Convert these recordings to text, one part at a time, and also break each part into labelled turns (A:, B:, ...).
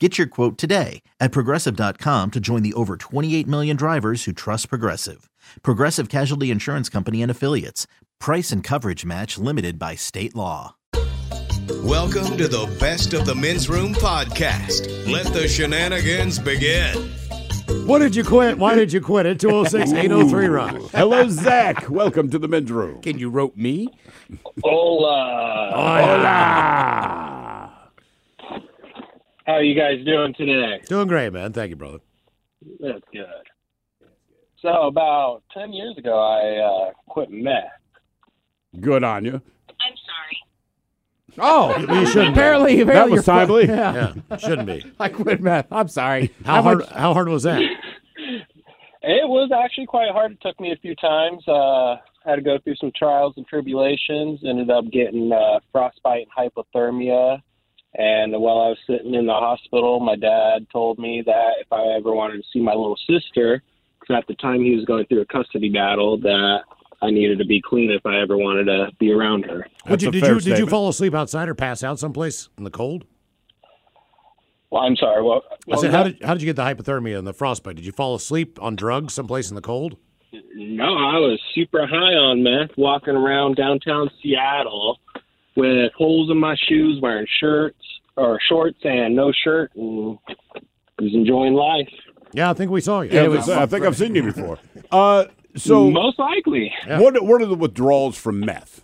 A: Get your quote today at progressive.com to join the over 28 million drivers who trust Progressive. Progressive Casualty Insurance Company and Affiliates. Price and coverage match limited by state law.
B: Welcome to the Best of the Men's Room podcast. Let the shenanigans begin.
C: What did you quit? Why did you quit at 206 803 Rock?
D: Hello, Zach. Welcome to the men's room.
E: Can you rope me?
F: uh,
G: Hola.
D: Hola.
G: How are you guys doing today?
C: Doing great, man. Thank you, brother.
G: That's good. So about ten years ago, I uh, quit meth.
D: Good on you.
H: I'm sorry.
E: Oh,
C: You shouldn't. Be.
E: apparently, apparently
D: That was
E: you're fu-
D: timely.
E: Yeah.
C: Yeah, shouldn't be.
E: I quit math. I'm sorry.
C: How hard? How hard was that?
G: It was actually quite hard. It took me a few times. Uh, had to go through some trials and tribulations. Ended up getting uh, frostbite and hypothermia. And while I was sitting in the hospital, my dad told me that if I ever wanted to see my little sister, because at the time he was going through a custody battle, that I needed to be clean if I ever wanted to be around her.
C: Would
D: That's
C: you,
D: a
C: did
D: fair
C: you did you
D: statement.
C: fall asleep outside or pass out someplace in the cold?
G: Well, I'm sorry. What?
C: I
G: what
C: said,
G: was
C: how
G: that?
C: did how did you get the hypothermia and the frostbite? Did you fall asleep on drugs someplace in the cold?
G: No, I was super high on meth, walking around downtown Seattle with holes in my shoes, wearing shirts or shorts and no shirt, and was enjoying life.
C: Yeah, I think we saw you.
D: Yeah, I was- I think I've seen you before. Uh, so,
G: Most likely,
D: what what are the withdrawals from meth?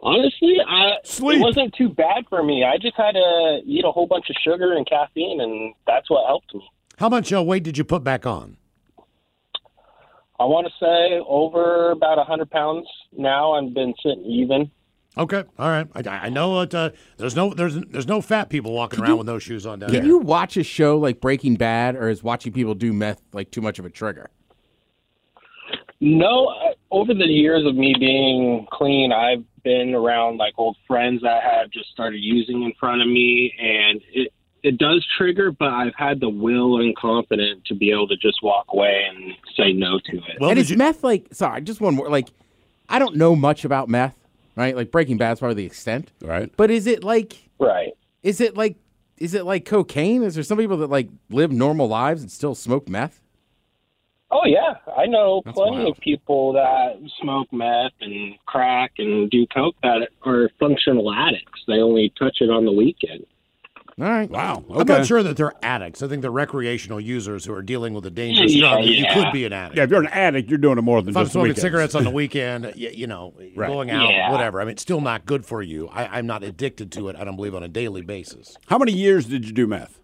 G: honestly, I
D: Sleep.
G: it wasn't too bad for me. I just had to eat a whole bunch of sugar and caffeine, and that's what helped me.
C: How much uh, weight did you put back on?
G: I want to say over about a hundred pounds now. I've been sitting even.
C: Okay, all right. I, I know it, uh, there's no there's there's no fat people walking around with no shoes on down
D: Yeah.
C: here.
E: Can you watch a show like Breaking Bad, or is watching people do meth like too much of a trigger?
G: No, I- over the years of me being clean, I've been around like old friends that have just started using in front of me, and it it does trigger. But I've had the will and confidence to be able to just walk away and say no to it.
C: Well,
E: and
C: did
E: is
C: you-
E: meth like? Sorry, just one more. Like, I don't know much about meth, right? Like Breaking Bad's probably the extent,
D: Right.
E: but is it like?
G: right.
E: Is it like? Is it like cocaine? Is there some people that like live normal lives and still smoke meth?
G: Oh yeah, I know plenty
E: wild.
G: of people that smoke meth and crack and do coke that are functional addicts. They only touch it on the weekend.
E: All right.
D: Wow. Okay.
C: I'm not sure that they're addicts. I think they're recreational users who are dealing with a dangerous
G: Yeah,
C: drug. that You
G: yeah.
C: could be an addict.
D: Yeah, if you're an addict, you're doing it more than
C: if I'm
D: just the
C: smoking
D: weekends.
C: cigarettes on the weekend, you, you know,
D: Right.
C: going out,
G: Yeah.
C: whatever. I mean, it's still not good for you. I, I'm not addicted to it. I don't believe on a daily basis.
D: How many years did you do meth?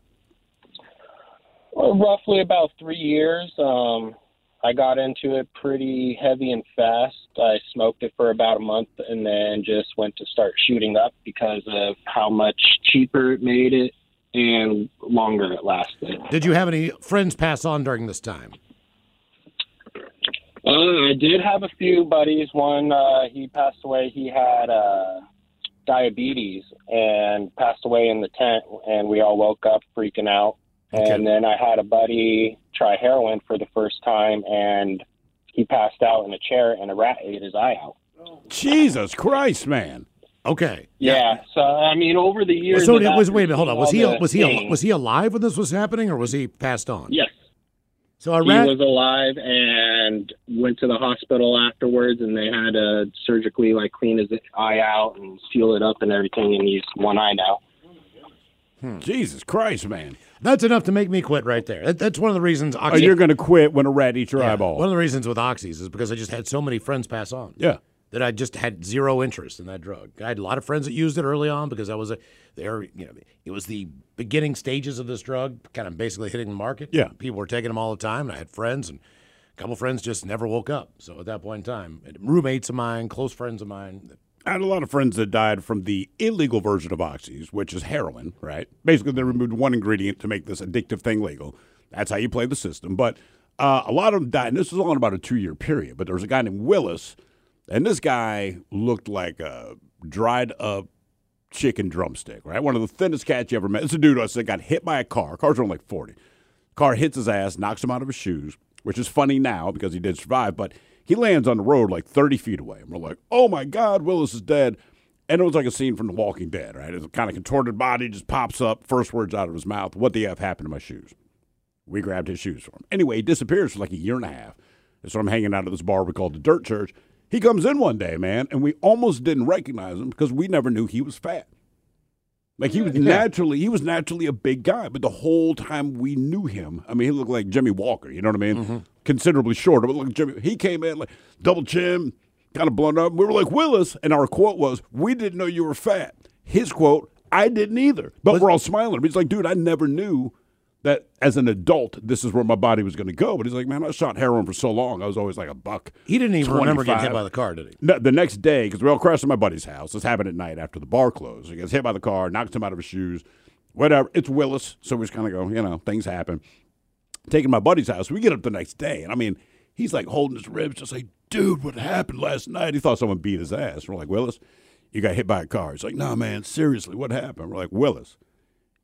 G: Well, roughly about three years. Um, I got into it pretty heavy and fast. I smoked it for about a month and then just went to start shooting up because of how much cheaper it made it and longer it lasted.
C: Did you have any friends pass on during this time?
G: Uh, I did have a few buddies. One, uh, he passed away. He had uh, diabetes and passed away in the tent, and we all woke up freaking out. And then I had a buddy try heroin for the first time, and he passed out in a chair, and a rat ate his eye out.
D: Jesus Christ, man.
C: Okay.
G: Yeah. So I mean, over the years.
C: so
G: of
C: did,
G: that-
C: was, wait a minute. Hold on. Was he
G: all the
C: was he al-
G: things-
C: was he alive when this was happening, or was he passed on?
G: Yes.
C: So a
G: He
C: rat.
G: was alive and went to the hospital afterwards, and they had to surgically like clean his eye out and seal it up and everything, and he's one eye now.
D: Hmm. Jesus Christ, man.
C: That's enough to make me quit right there. That, that's one of the reasons.
D: Oh,
C: Oxy,
D: you're going to quit when a rat eats your
C: Yeah.
D: eyeball.
C: One of the reasons with oxys is because I just had so many friends pass on.
D: yeah.
C: That I just had zero interest in that drug. I had a lot of friends that used it early on because I was a there. You know, it was the beginning stages of this drug, kind of basically hitting the market.
D: Yeah.
C: people were taking them all the time, and I had friends and. A couple friends just never woke up. So at that point in time, and roommates of mine, close friends of mine,
D: I had a lot of friends that died from the illegal version of oxys, which is heroin, right? Basically, they removed one ingredient to make this addictive thing legal. That's how you play the system. But uh, a lot of them died, and this was on about a two year period. But there was a guy named Willis, and this guy looked like a dried up chicken drumstick, right? One of the thinnest cats you ever met. It's a dude that got hit by a car. Cars are only like 40. Car hits his ass, knocks him out of his shoes, which is funny now because he did survive, but he lands on the road like 30 feet away. And we're like, oh my God, Willis is dead. And it was like a scene from The Walking Dead, right? It's a kind of contorted body, just pops up, first words out of his mouth, what the F happened to my shoes? We grabbed his shoes for him. Anyway, he disappears for like a year and a half. And so I'm hanging out at this bar we called the Dirt Church. He comes in one day, man, and we almost didn't recognize him because we never knew he was fat. Like he was naturally, he was naturally a big guy, but the whole time we knew him, I mean, he looked like Jimmy Walker. You know what I mean?
C: Mm-hmm.
D: Considerably shorter, but look, Jimmy, he came in like double chin, kind of blown up. We were like Willis, and our quote was, "We didn't know you were fat." His quote, "I didn't either," but we're all smiling. But He's like, "Dude, I never knew." That as an adult, this is where my body was going to go. But he's like, man, I shot heroin for so long. I was always like a buck.
C: he didn't even remember getting
D: 25.
C: hit by the car, did he?
D: No, the next day, because we all crashed at my buddy's house. This happened at night after the bar closed. He gets hit by the car, knocks him out of his shoes, whatever. It's Willis, so we just kind of go, you know, things happen. Taking my buddy's house, we get up the next day, and I mean, he's like holding his ribs, just like, dude, what happened last night? He thought someone beat his ass. We're like, Willis, you got hit by a car. He's like, nah, man, seriously, what happened? We're like, Willis,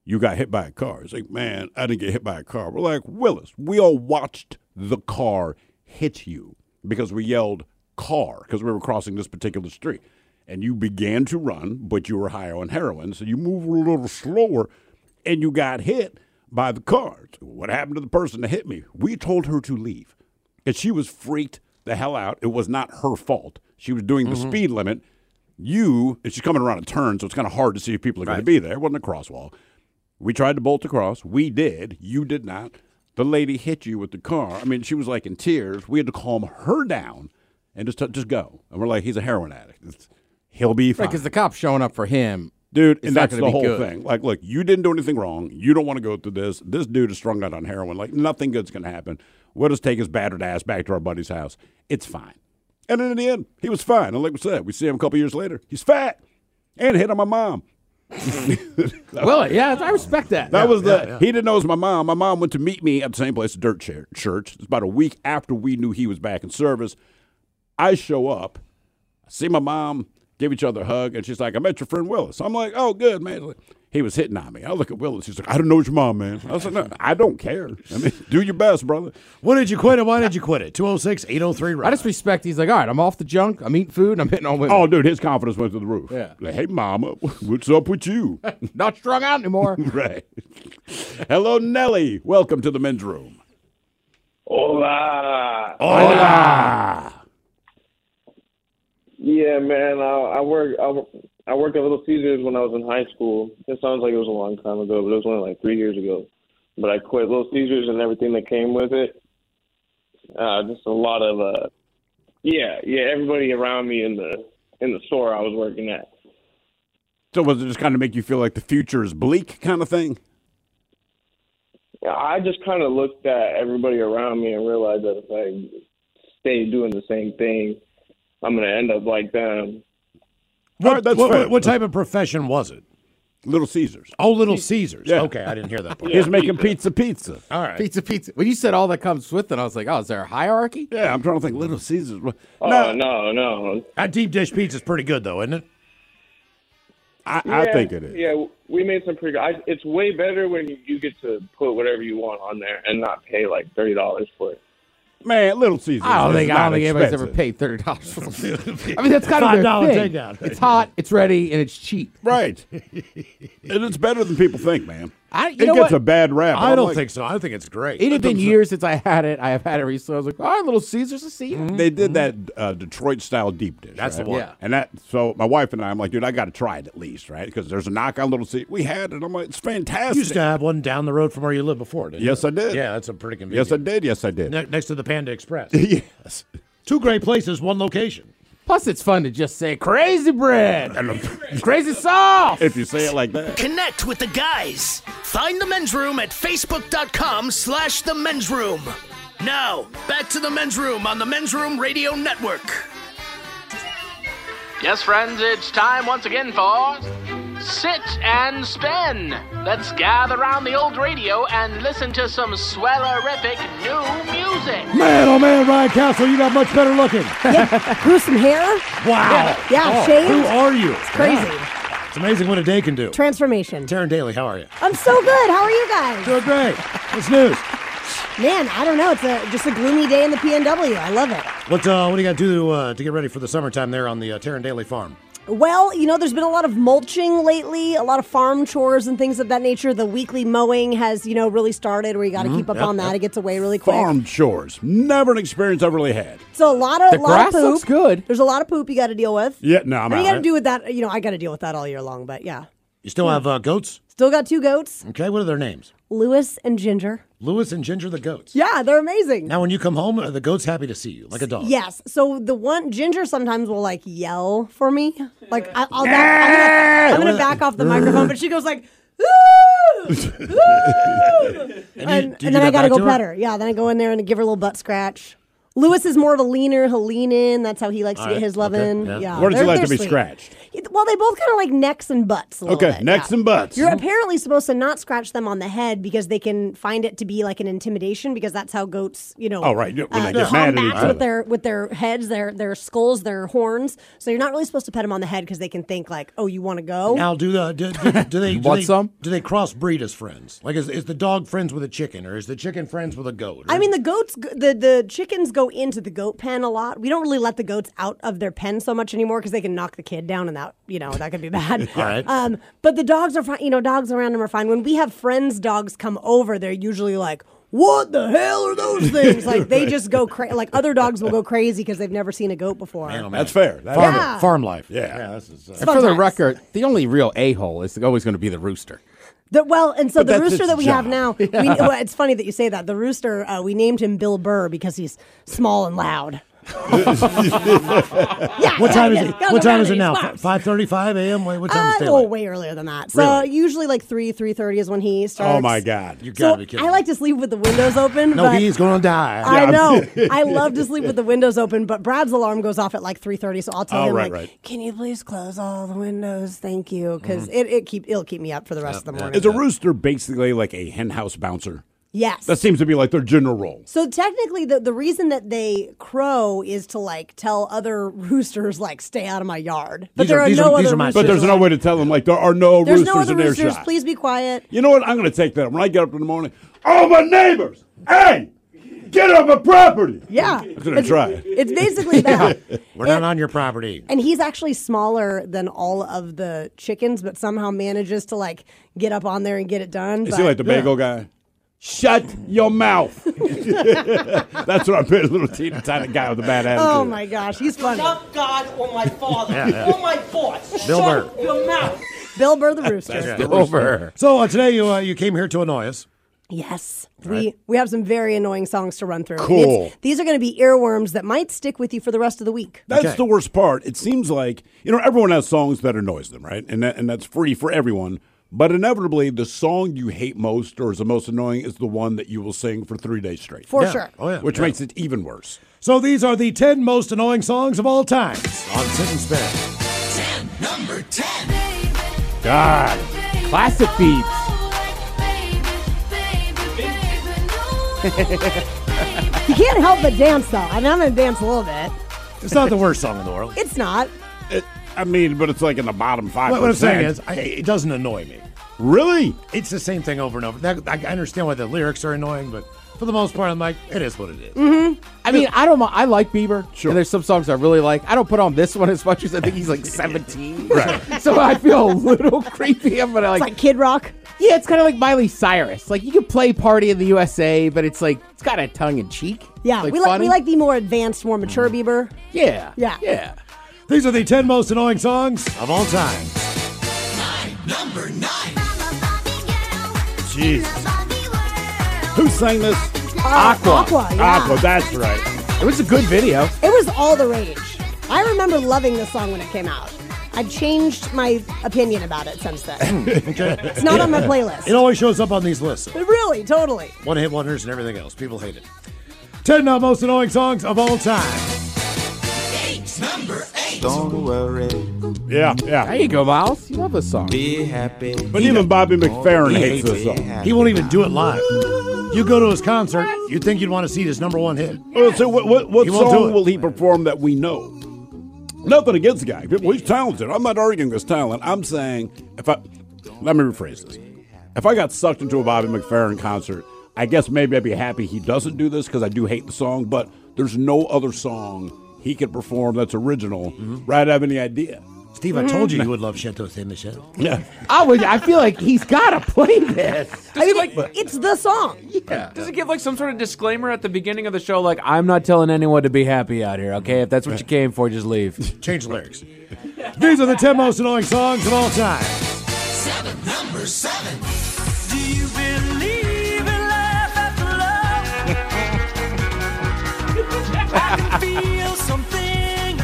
D: you got hit by a car. He's like, man, I didn't get hit by a car. We're like, Willis, we all watched the car hit you because we yelled car because we were crossing this particular street. And you began to run, but you were high on heroin, so you moved a little slower and you got hit by the car. What happened to the person that hit me? We told her to leave. And she was freaked the hell out. It was not her fault. She was doing the speed limit. You, and she's coming around a turn, so it's kind of hard to see if people are going to be there. It wasn't a crosswalk. We tried to bolt across. We did. You did not. The lady hit you with the car. I mean, she was like in tears. We had to calm her down and just just go. And we're like, he's a heroin addict. It's- he'll be fine,
E: Right, because the cop's showing up for him.
D: dude.
E: it's
D: And
E: not
D: that's
E: gonna
D: the
E: be
D: whole
E: good.
D: thing. Like, look, you didn't do anything wrong. You don't want to go through this. This dude is strung out on heroin. Like, nothing good's gonna happen. We'll just take his battered ass back to our buddy's house. It's fine. And then in the end, he was fine. And like we said, we see him a couple years later. He's fat and hit on my mom.
E: Will it? Yeah, I respect that.
D: That
E: Yeah.
D: was the. He didn't know it was my mom. My mom went to meet me at the same place, Dirt Chair Church. It's about a week after we knew he was back in service. I show up, I see my mom, give each other a hug, and she's like, "I met your friend Willis." I'm like, "Oh, good, man." She's like- He was hitting on me. I look at Willis. He's like, "I don't know it's your mom, man." I was like, "No, I don't care. I mean, do your best, brother."
C: When did you quit it? Why did you quit it? 206 803
E: I just respect. He's like, all right, I'm off the junk. I'm eating food. and I'm hitting on women.
D: Oh, dude, his confidence went through the roof.
E: Yeah.
D: Like, hey, mama, what's up with you?
E: not strung out anymore.
D: right. Hello, Nelly. Welcome to the men's room.
G: Hola.
D: Hola.
G: Yeah, man. I, I work. I, wo- I worked at Little Caesars when I was in high school. It sounds like it was a long time ago, but it was only like three years ago. But I quit Little Caesars and everything that came with it. Uh, just a lot of, uh, yeah, yeah. Everybody around me in the in the store I was working at.
D: So was it just kind of make you feel like the future is bleak kind of thing?
G: I just kind of looked at everybody around me and realized that if I stay doing the same thing, I'm gonna end up like them.
D: All right,
C: What,
D: that's
C: what,
D: fair.
C: what- what type of profession was it?
D: Little Caesars.
C: Oh, Little Caesars.
D: Yeah.
C: Okay, I didn't hear that part.
D: He's making pizza pizza.
C: All right.
E: Pizza, pizza. When you said all that comes with it, I was like, oh, is there a hierarchy?
D: Yeah, I'm trying to think. Little Caesars. what-
G: Oh no, no.
C: That deep dish pizza's pretty good though, isn't it?
D: I, I think it is.
G: Yeah, we made some pretty good. I, it's way better when you, you get to put whatever you want on there and not pay like thirty dollars for it.
D: Man, Little Caesars.
E: I don't
D: is
E: think I
D: not
E: don't think anybody's ever
D: expensive.
E: paid thirty dollars for something. I mean, that's kind of their
C: $5
E: thing.
C: takeout.
E: It's hot, it's ready, and it's cheap.
D: Right. and it's better than people think, man.
E: I, you
D: it
E: know
D: gets
E: what?
D: a bad rap.
C: I
D: I'm
C: don't
D: like,
C: think so. I think it's great.
E: It had been years since I had it. I have had it recently. I was like, all right, little Caesars, Mm-hmm. to see you.
D: they did that uh, Detroit style deep dish.
C: That's the
D: right?
C: one.
E: Yeah.
D: And that, so my wife and I, I'm like, dude, I got to try it at least, right? Because there's a knock on Little Caesar. We had it. I'm like, it's fantastic.
C: You used to have one down the road from where you lived before, didn't
D: Yes,
C: you?
D: I did.
C: Yeah, that's a pretty convenient.
D: yes, I did. Yes, I did.
C: Ne- next to the Panda Express.
D: yes.
C: Two great places, one location.
E: Plus, it's fun to just say crazy bread,
D: And
E: crazy sauce.
D: if you say it like that.
H: Connect with the guys. Find the men's room at facebook.com slash the men's room. Now, back to the men's room on the men's room radio network.
I: Yes, friends, it's time once again for Sit and Spin. Let's gather around the old radio and listen to some swellerific new music.
C: Man, oh man, Ryan Castle, you got much better looking.
J: Grew some hair.
C: Wow.
J: Yeah,
C: Oh,
J: shaved.
C: Who are you?
J: Crazy.
C: It's amazing what a day can do.
J: Transformation.
C: Taryn Daly, how are you?
J: I'm so good. How are you guys?
C: Doing great. What's news?
J: Man, I don't know. It's a just a gloomy day in the PNW. I love it.
C: What uh, what do you got to do uh, to get ready for the summertime there on the uh, Taryn Daly farm?
J: Well, you know, there's been a lot of mulching lately, a lot of farm chores and things of that nature. The weekly mowing has, you know, really started where you got to keep up on that. It gets away really quick.
D: Farm chores. Never an experience I've really had.
J: So a lot of
E: The
J: lot
E: grass
J: of poop.
E: looks good.
J: There's a lot of poop you got to deal with.
D: Yeah, no, I'm
J: and you
D: out.
J: got to deal with that. You know, I got to deal with that all year long. But yeah,
C: You
J: Hmm.
C: still have uh, goats?
J: still got two goats,
C: Okay, what are their names?
J: Lewis and Ginger.
C: Lewis and Ginger the goats.
J: Yeah, they're amazing.
C: Now, when you come home, are the goats happy to see you like a dog?
J: Yes. So the one Ginger sometimes will like yell for me. Like I, I'll back, I'm, gonna, I'm gonna back off the microphone, but she goes like. "Ooh, ooh."
C: you-
J: and,
C: do you do
J: and then I
C: that
J: gotta
C: back
J: go
C: to her?
J: pet her. Yeah, then I go in there and give her a little butt scratch. Lewis is more of a leaner. He'll lean in. That's how he likes to get his love in.
C: yeah.
J: Yeah.
D: Where did you
J: they're-
D: like to
J: they're
D: be
J: sweet.
D: scratched?
J: Well, they both kind of like necks and butts. A little
D: Okay,
J: bit,
D: necks
J: yeah.
D: and butts.
J: You're apparently supposed to not scratch them on the head because they can find it to be like an intimidation because that's how goats, you know,
D: Oh, right. When they get
J: combats
D: mad at each other.
J: with their with their heads, their their skulls, their horns. So you're not really supposed to pet them on the head because they can think like, oh, you want to go?
C: Now, do the do, do, do they do
E: Want
C: they,
E: some?
C: Do they crossbreed as friends? Like, is, is the dog friends with a chicken, or is the chicken friends with a goat? Or
J: I mean, the goats, g- the the chickens go into the goat pen a lot. We don't really let the goats out of their pen so much anymore because they can knock the kid down, and that you know that could be bad.
C: All right.
J: Um, but the dogs are fine. You know, dogs around them are fine. When we have friends' dogs come over, they're usually like. What the hell are those things? Like they just go crazy. Like other dogs will go crazy because they've never seen a goat before.
C: oh, man.
D: That's fair. That's
C: farm,
J: Yeah.
C: farm life.
D: Yeah.
C: this is, uh,
E: And for the
J: Sometimes.
E: record, the only real a hole is always going to be the rooster.
J: The, well, and so
D: But
J: the
D: that's
J: rooster
D: its
J: that we have
D: job.
J: now, we, well, it's funny that you say that. The rooster, uh, we named him Bill Burr because he's small and loud. yeah,
C: What
J: yeah,
C: time is
J: yeah.
C: it?
J: Gotta
C: What
J: go
C: time is
J: round
C: it
J: in
C: now?
J: these
C: Fi-
J: blocks.
C: 5.35 a.m.? Wait, What time
J: Uh,
C: is
J: no,
C: daylight?
J: way earlier than that. So
C: Really?
J: usually like three, three thirty is when he starts.
D: Oh, my God.
C: You
J: So
C: gotta be kidding.
J: I
C: me.
J: like to sleep with the windows open.
C: no,
J: but
C: he's going to die.
J: I know. I love to sleep with the windows open, but Brad's alarm goes off at like three thirty, so I'll tell
D: Oh,
J: him
D: right,
J: like,
D: right.
J: "Can you please close all the windows? Thank you," because
C: Mm-hmm.
J: it, it keep it'll keep me up for the rest of the morning.
D: Is a rooster basically like a hen house bouncer?
J: Yes,
D: That seems to be like their general role.
J: So technically, the, the reason that they crow is to like tell other roosters like stay out of my yard. But
C: These
J: there
C: are-
J: are,
C: these
J: no
C: are- these
J: other
C: are my-
J: roosters.
D: But there's no way to tell them like there are no
J: There's
D: roosters
J: no other
D: in their
J: roosters.
D: shot.
J: Please be quiet.
D: You know what? I'm going to take that. When I get up in the morning, all my neighbors, hey, get off my property.
J: Yeah,
D: I'm going to try. it.
J: It's basically that.
C: We're not on your property.
J: And he's actually smaller than all of the chickens, but somehow manages to like get up on there and get it done.
D: Is
J: but
D: he like the bagel guy? Shut your mouth. That's what I bet a little teeny tiny guy with a bad attitude.
J: oh my gosh, he's funny.
K: Not God or my father or my boss.
C: Bill
K: Shut
C: Burr.
K: your mouth.
J: Bill Burr the rooster.
E: Over.
C: So uh, today you uh, you came here to annoy us.
J: Yes. We we have some very annoying songs to run through. And
D: Cool.
J: it's- These are going to be earworms that might stick with you for the rest of the week.
D: That's
C: Okay.
D: the worst part. It seems like you know everyone has songs that annoys them, right? And that, and that's free for everyone. But inevitably, the song you hate most or is the most annoying is the one that you will sing for three days straight,
J: For
C: Yeah.
J: sure.
C: Oh yeah.
D: which
C: yeah.
D: makes it even worse.
C: So these are the ten most annoying songs of all time on Sit and Spin.
B: Number 10.
E: God. Classic beats.
J: You can't help but dance though. I mean, I'm gonna dance a little bit.
C: It's not the worst song in the world.
J: It's not.
D: It, I mean, but it's like in the bottom five.
C: What, what I'm saying is, I, it doesn't annoy me.
D: really,
C: It's the same thing over and over. That, I I understand why the lyrics are annoying, but for the most part, I'm like, it is what it is.
E: Mm-hmm. I mean, I don't. mi- I like Bieber.
D: Sure.
E: And there's some songs I really like. I don't put on this one as much as I think he's like 17. right. So I feel a little creepy. I'm gonna
J: It's
E: like.
J: like Kid Rock.
E: Yeah, it's kind of like Miley Cyrus. Like you could play Party in the USA, but it's like it's kind of tongue in cheek.
J: Yeah, we like we like the more advanced, more mature Bieber.
E: Yeah.
J: Yeah.
E: Yeah.
C: These are the 10 most annoying songs of all time.
B: Number nine.
D: Jeez. Who sang this?
J: Aqua. Uh, Aqua, yeah.
D: that's right.
E: It was a good video.
J: It was all the rage. I remember loving this song when it came out. I've changed my opinion about it since then.
C: it's
J: not on my playlist.
C: It always shows up on these lists.
J: really, totally.
C: One hit wonders and everything else. People hate it. 10 now most annoying songs of all time.
B: Number eight.
D: Don't worry. Yeah, yeah.
E: There you go, Miles. You love this song.
D: Be happy. But even Bobby McFerrin
C: He
D: hates this
C: hates
D: song.
C: He won't even do it live. You go to his concert, you'd think you'd want to see his number one hit.
D: Well, so what, what, what
C: He won't do
D: song
C: it.
D: will he perform that we know? Nothing against the guy. Well, he's talented. I'm not arguing his talent. I'm saying if I let me rephrase this. If I got sucked into a Bobby McFerrin concert, I guess maybe I'd be happy he doesn't do this because I do hate the song. But there's no other song he could perform that's original. Right? I have any idea?
C: Steve, I told you you would love Chateau Saint Michel.
D: Yeah.
E: I would. I feel like he's got to play this.
J: I mean, it's the song.
E: Yeah.
L: Does it give like some sort of disclaimer at the beginning of the show? Like, I'm not telling anyone to be happy out here. Okay, if that's what you came for, just leave.
C: Change the lyrics. These are the 10 most annoying songs of all time.
B: Number seven.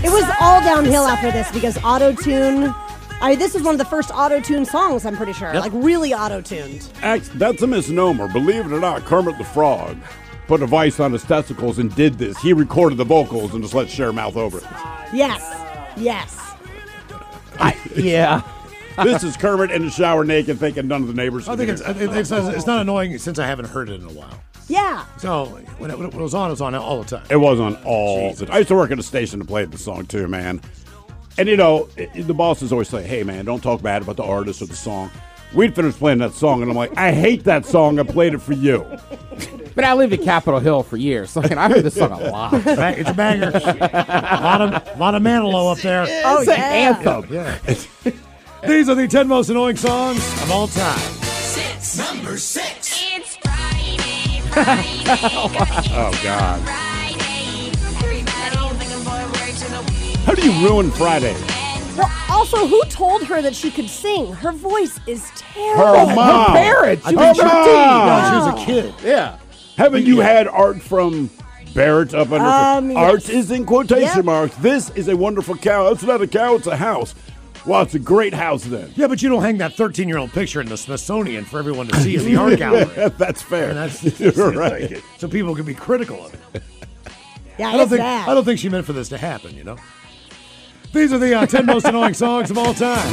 J: It was all downhill after this because auto tune. I this is one of the first auto tune songs. I'm pretty sure,
D: Yep.
J: like really auto tuned.
D: Act, that's a misnomer. Believe it or not, Kermit the Frog put a vice on his testicles and did this. He recorded the vocals and just let Cher mouth over it.
J: Yes, yes.
E: yeah.
D: this is Kermit in the shower naked, thinking none of the neighbors.
C: I
D: can
C: think
D: hear
C: it's,
D: it.
C: it's, it's not annoying since I haven't heard it in a while.
J: Yeah.
C: So when it, when it was on, it was on all the time.
D: It was on all. The, I used to work at a station to play the song too, man. And you know, i the bosses always say, "Hey, man, don't talk bad about the artist or the song." We'd finish playing that song, and I'm like, "I hate that song. I played it for you."
E: But I lived at Capitol Hill for years. So, I heard this song a lot.
C: It's a ba- it's a banger. a, lot of, lot of Manilow up there.
E: Oh, It's an yeah. anthem.
C: Yeah. These are the 10 most annoying songs of all time.
B: Number six.
D: oh God! How do you ruin Friday?
J: Well, also, who told her that she could sing? Her voice is
D: Oh, Her
J: terrible.
D: mom.
E: parents. She
D: Her
E: was 13.
D: mom.
C: No, she was a kid.
E: Yeah.
D: Haven't you had art from Barrett up under?
E: Um, yes.
D: Art is in quotation
E: Yep.
D: marks. This is a wonderful cow. It's not a cow. It's a house. Well, it's a great house then.
C: Yeah, but you don't hang that 13 year old picture in the Smithsonian for everyone to see in the art gallery.
D: that's fair.
C: And that's,
D: You're right.
C: So people can be critical of it.
J: Yeah,
C: I don't
J: it's
C: think
J: bad.
C: I don't think she meant for this to happen. You know. These are the uh, 10 most annoying songs of all time.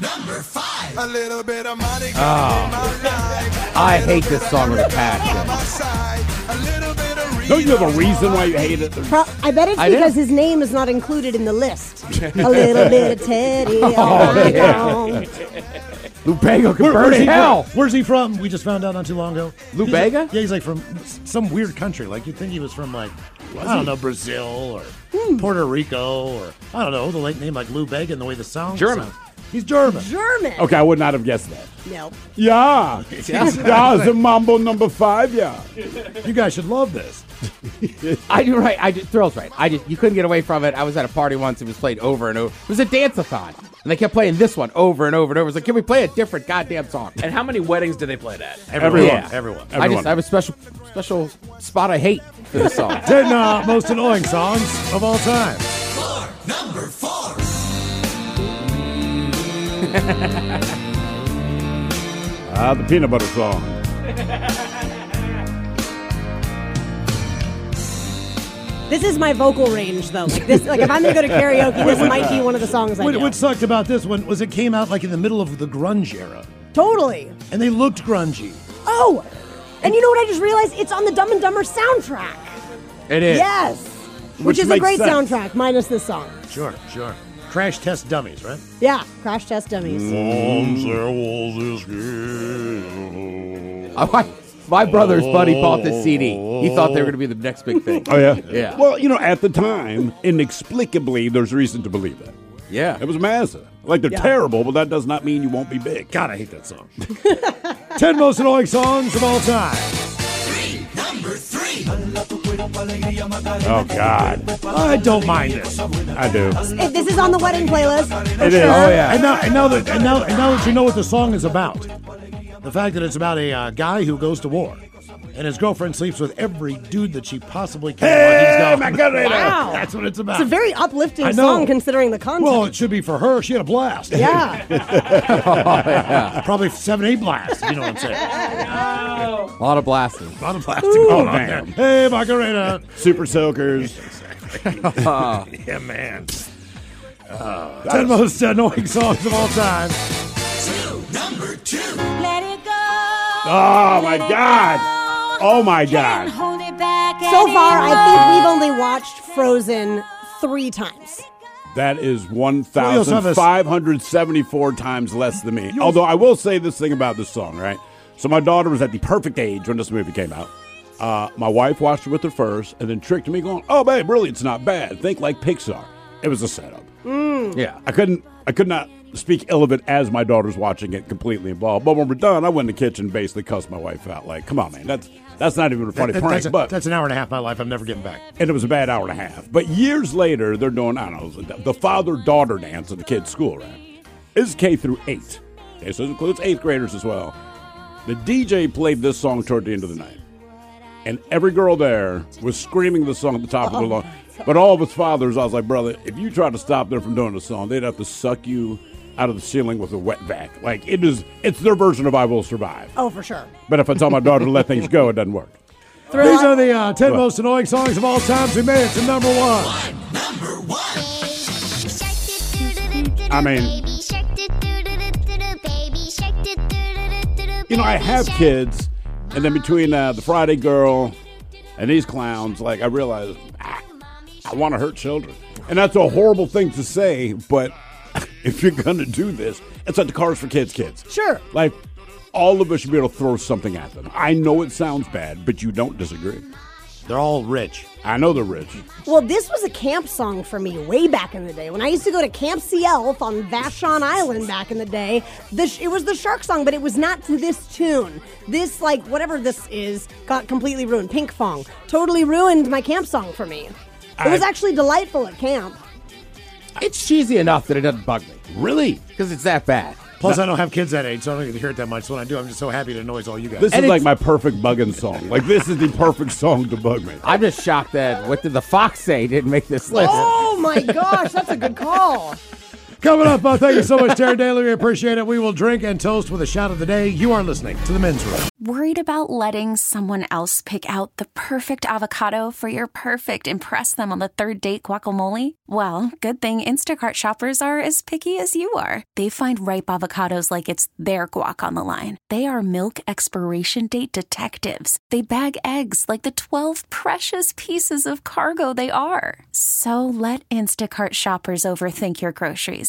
B: Number five. A little bit of money.
C: Ah.
E: I hate this song with a passion.
D: Don't you have a reason why you hate it?
J: Pro- I bet it's
E: I
J: because
E: did.
J: his name is not included in the list. a little bit of Teddy. all
E: Oh,
J: right
E: yeah.
J: now.
E: Lubago can burn
C: where's,
E: in
C: he,
E: hell.
C: where- where's he from? We just found out not too long ago. He's like-
E: Lubega?
C: yeah, he's like from s- some weird country. Like you'd think he was from like I don't know Brazil or
J: Hmm.
C: Puerto Rico or I don't know the late name like Lou Bega and the way the sound.
D: German.
C: sounds. He's German.
J: German.
D: Okay, I would not have guessed that. Ah.
J: No.
D: Yeah. Yeah, it's a mambo number five, yeah.
C: You guys should love this.
E: I do right. I just thrills right. I just you couldn't get away from it. I was at a party once. It was played over and over. It was a dance-a-thon, and they kept playing this one over and over and over. It's like, can we play a different goddamn song?
L: And how many weddings do they play that?
D: Everyone,
E: Yeah.
C: everyone,
E: I just
D: everyone.
E: I have a special special spot I hate for this song.
C: Ten uh, most annoying songs of all time.
B: Number four.
D: Ah, the peanut butter song.
J: This is my vocal range, though. Like this, like if I'm gonna go to karaoke, this might be one of the songs I
C: What,
J: do.
C: what sucked about this one was it came out like in the middle of the grunge era,
J: Totally.
C: and they looked grungy.
J: Oh, and you know what? I just realized it's on the Dumb and Dumber soundtrack.
E: It is.
J: Yes, which,
D: Which
J: is a
D: makes
J: great
D: sense.
J: soundtrack, minus this song.
C: Sure, sure. Crash test dummies, right?
J: Yeah, Crash Test Dummies.
E: I- my, my brother's buddy bought this CD. He thought they were going to be the next big thing.
D: Oh, yeah?
E: Yeah.
D: Well, you know, at the time, inexplicably, there's reason to believe that.
E: Yeah.
D: It was massive. Like they're
C: Yeah.
D: terrible, but that does not mean you won't be big.
C: God, I hate that song.
D: 10 most annoying songs of all time. Oh, God.
C: I don't mind this.
D: I do.
J: If this is on the wedding playlist. for
D: It is.
J: sure.
D: Oh, yeah.
C: And now, and now that and now, and now that you know what the song is about, the fact that it's about a uh, guy who goes to war, and his girlfriend sleeps with every dude that she possibly can. while he's gone.
J: Wow.
C: That's what it's about.
J: It's a very uplifting
C: I know.
J: song considering the context.
C: well, it should be for her. She had a blast.
J: Yeah.
C: Probably seven, eight blasts. You know what I'm saying?
L: A lot of blasting.
C: A lot of blasting going on there.
D: man.
C: Hey, Macarena.
D: Super Soakers.
C: yeah, man. Uh, Ten most annoying songs of all time.
D: Oh, my God. Oh, my God.
J: So far, I think we've only watched Frozen three times.
D: That is
C: Well, you also have a s-
D: 1,574 times less than me. Although I will say this thing about this song, right? So my daughter was at the perfect age when this movie came out. Uh, my wife watched it with her first and then tricked me going, oh, babe, really, it's not bad. Think like Pixar. It was a setup. Mm.
L: Yeah.
D: I couldn't, I could not speak ill of it as my daughter's watching it completely involved. But when we're done, I went in the kitchen and basically cussed my wife out. Like, come on, man, that's that's not even a funny
C: That-
D: prank.
C: that's, a-
D: but
C: that's an hour and a half of my life. I'm never getting back.
D: and it was a bad hour and a half. But years later, they're doing, I don't know, the father daughter dance at the kids' school, right? This is K through eight. Okay, so it includes eighth graders as well. The DJ played this song toward the end of the night. And every girl there was screaming the song at the top of their lungs. But all of us fathers, I was like, brother, if you try to stop them from doing the song, they'd have to suck you out of the ceiling with a wet vac. Like it is, it's their version of "I Will Survive."
J: Oh, for sure.
D: But if I tell my daughter to let things go, it doesn't work.
C: These are the uh, 10 most annoying songs of all times. We made it to number one.
D: I mean, you know, I have kids, and then between uh, the Friday Girl and these clowns, like I realize ah, I want to hurt children, and that's a horrible thing to say. But if you're gonna do this, it's like the Cars for Kids, kids.
J: Sure.
D: Like all of us should be able to throw something at them. I know it sounds bad, but you don't disagree.
C: They're all rich.
D: I know they're rich.
J: Well, this was a camp song for me way back in the day. When I used to go to Camp Sea Elf on Vashon Island back in the day, the sh- it was the shark song, but it was not to this tune. This, like, whatever this is, got completely ruined. Pink Fong totally ruined my camp song for me. It was
D: I-
J: actually delightful at camp.
E: It's cheesy enough that it doesn't bug me
D: Really?
E: because it's that bad.
C: Plus, I don't have kids that age, so I don't get to hear it that much. So when I do, I'm just so happy it annoys all you guys.
D: This
E: And
D: is like
E: it's-
D: my perfect bugging song. Like this is the perfect song to bug me.
E: I'm just shocked that what did the fox say didn't make this list.
J: Oh my gosh, that's a good call.
C: Coming up, uh, thank you so much, Terry Daly. We appreciate it. We will drink and toast with a shout of the day. You are listening to The Men's Room.
M: Worried about letting someone else pick out the perfect avocado for your perfect impress them on the third date guacamole? Well, good thing Instacart shoppers are as picky as you are. They find ripe avocados like it's their guac on the line. They are milk expiration date detectives. They bag eggs like the 12 precious pieces of cargo they are. So let Instacart shoppers overthink your groceries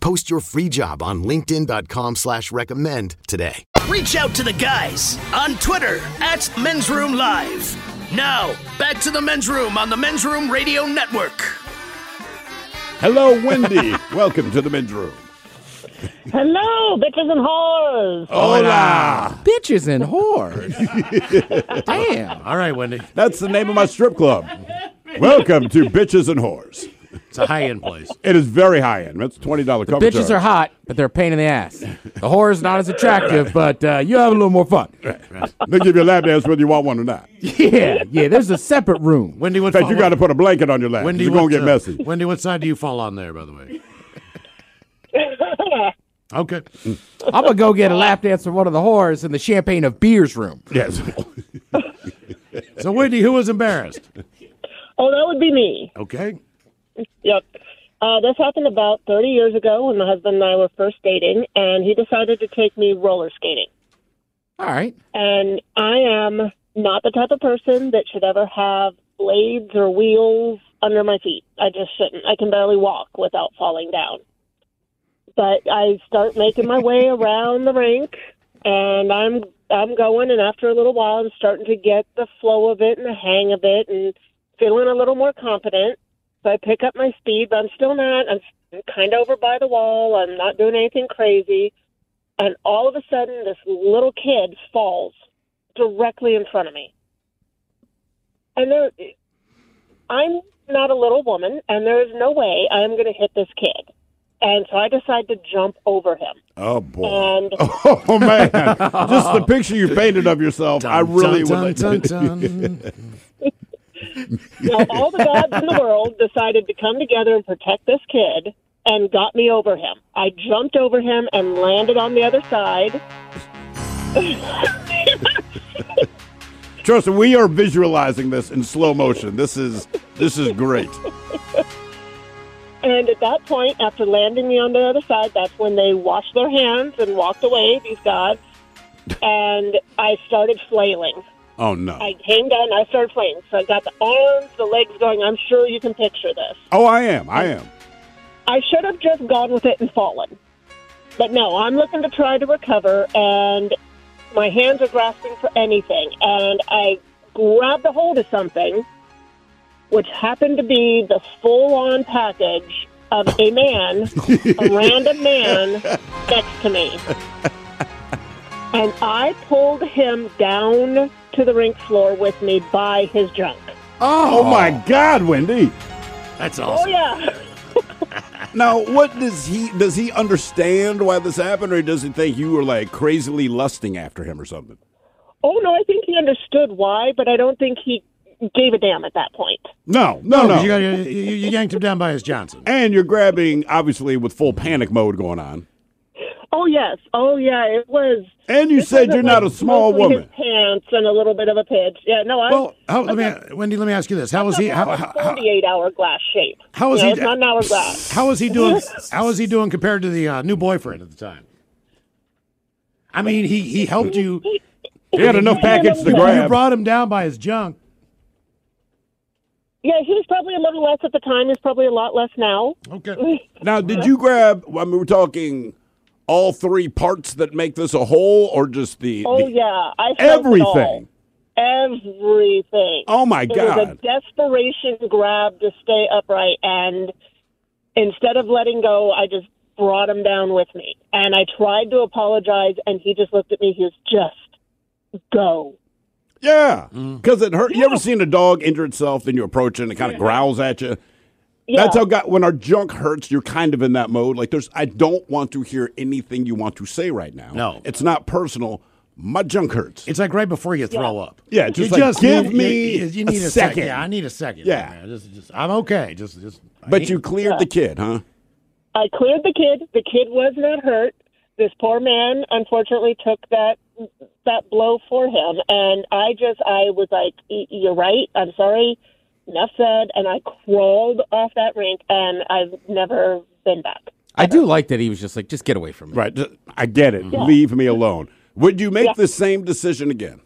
N: Post your free job on linkedin.com/recommend slash recommend today.
H: Reach out to the guys on Twitter at Men's Room Live. Now, back to the Men's Room on the Men's Room Radio Network.
D: Hello, Wendy. Welcome to the men's room.
O: Hello, bitches and whores.
D: Hola.
E: Bitches and whores.
D: Damn.
C: All right, Wendy.
D: That's the name of my strip club. Welcome to Bitches and Whores.
C: It's a high end place.
D: It is very high end. That's $20
E: The
D: cover
E: bitches
D: charge.
E: are hot, but they're a pain in the ass. The whore is not as attractive, but uh, you have a little more fun.
D: They give you a lap dance whether you want one or not.
E: Yeah, yeah. There's a separate room.
C: Wendy,
D: In
C: what?
D: fact, you got to put a blanket on your lap.
C: Wendy,
D: You're going
C: what,
D: to get
C: uh,
D: messy.
C: Wendy, what side do you fall on there, by the way? Okay.
E: I'm gonna go get a lap dance from one of the whores in the champagne of beers room.
D: Yes.
C: so Wendy, who was embarrassed?
O: Oh, that would be me.
C: Okay.
O: Yep. Uh, this happened about 30 years ago when my husband and I were first dating, and he decided to take me roller skating.
E: All right.
O: And I am not the type of person that should ever have blades or wheels under my feet. I just shouldn't. I can barely walk without falling down. But I start making my way around the rink, and I'm I'm going. And after a little while, I'm starting to get the flow of it and the hang of it, and feeling a little more confident. So I pick up my speed, but I'm still not. I'm kind of over by the wall. I'm not doing anything crazy. And all of a sudden, this little kid falls directly in front of me. And there, I'm not a little woman, and there is no way I'm going to hit this kid. And so I decide to jump over him.
D: Oh, boy.
O: And
D: Oh man! Just the picture you painted of yourself, I really
O: dun,
D: would
O: dun,
D: like.
O: dun, so all the gods in the world decided to come together and protect this kid and got me over him. I jumped over him and landed on the other side.
D: Trust me, we are visualizing this in slow motion. This is this is great.
O: And at that point, after landing me on the other side, that's when they washed their hands and walked away, these gods. And I started flailing.
D: Oh no!
O: I came down and I started flailing. So I got the arms, the legs going. I'm sure you can picture this.
D: Oh, I am. I am.
O: I should have just gone with it and fallen. But no, I'm looking to try to recover, and my hands are grasping for anything. And I grabbed a hold of something, which happened to be the full on package of a man, a random man next to me. And I pulled him down to the rink floor with me by his junk.
D: Oh, my God, Wendy!
C: That's
O: Oh, yeah.
D: Now, what does he does he understand why this happened, or does he think you were like crazily lusting after him or something?
O: Oh no, I think he understood why, but I don't think he gave a damn at that point.
D: No, no, no.
C: 'cause You, got, you, you you yanked him down by his Johnson.
D: And you're grabbing, obviously, with full panic mode going on.
O: Oh yes, oh yeah, it was.
D: And you
O: this
D: said
O: wasn't,
D: you're not
O: like,
D: a small
O: mostly
D: woman.
O: His pants and a little bit of a pitch. Yeah, no, I.
C: Well, how, Oh, let me, Wendy, let me ask you this: How was he? How, how,
O: Forty-eight hourglass shape.
C: how was
O: You know,
C: he?
O: It's not an hourglass.
C: How was he doing? How was he doing compared to the uh, new boyfriend at the time? I mean, he he helped you.
D: He had enough package to
C: You
D: grab.
C: brought him down by his junk.
O: Yeah, he was probably a little less at the time. He's probably a lot less now.
C: Okay.
D: Now, did you grab? I mean, we're talking all three parts that make this a whole, or just the,
O: oh
D: the-
O: yeah, I felt It all.
D: everything?
O: everything.
D: Oh, my
O: It was a
D: God.
O: desperation grab to stay upright, and instead of letting go, I just brought him down with me. And I tried to apologize, and he just looked at me. He was just go.
D: Yeah,
C: Mm.
D: because it hurt. You ever seen a dog injure itself? Then you approach it and it kind of growls at you.
O: Yeah.
D: That's how got when our junk hurts. You're kind of in that mode. Like there's, I don't want to hear anything you want to say right now. No, it's not personal. My junk hurts.
C: It's like right before you throw up.
D: Yeah, just
C: You
D: like, give
C: need-
D: me
C: you, you need
D: a
C: a,
D: second.
C: Yeah, I need a second.
D: Yeah.
C: man. Just- just- I'm okay. Just, just. I
D: But
C: need-
D: you cleared the kid, huh?
O: I cleared the kid. The kid was not hurt. This poor man, unfortunately, took that that blow for him, and I just I was like, "Y- "You're right. I'm sorry." Enough said, and I crawled off that rink, and I've never been back.
E: I do like that he was just like, just get away from me.
D: Right. Th- I get it.
O: Yeah.
D: Leave me alone. Would you make
O: Yeah.
D: the same decision again?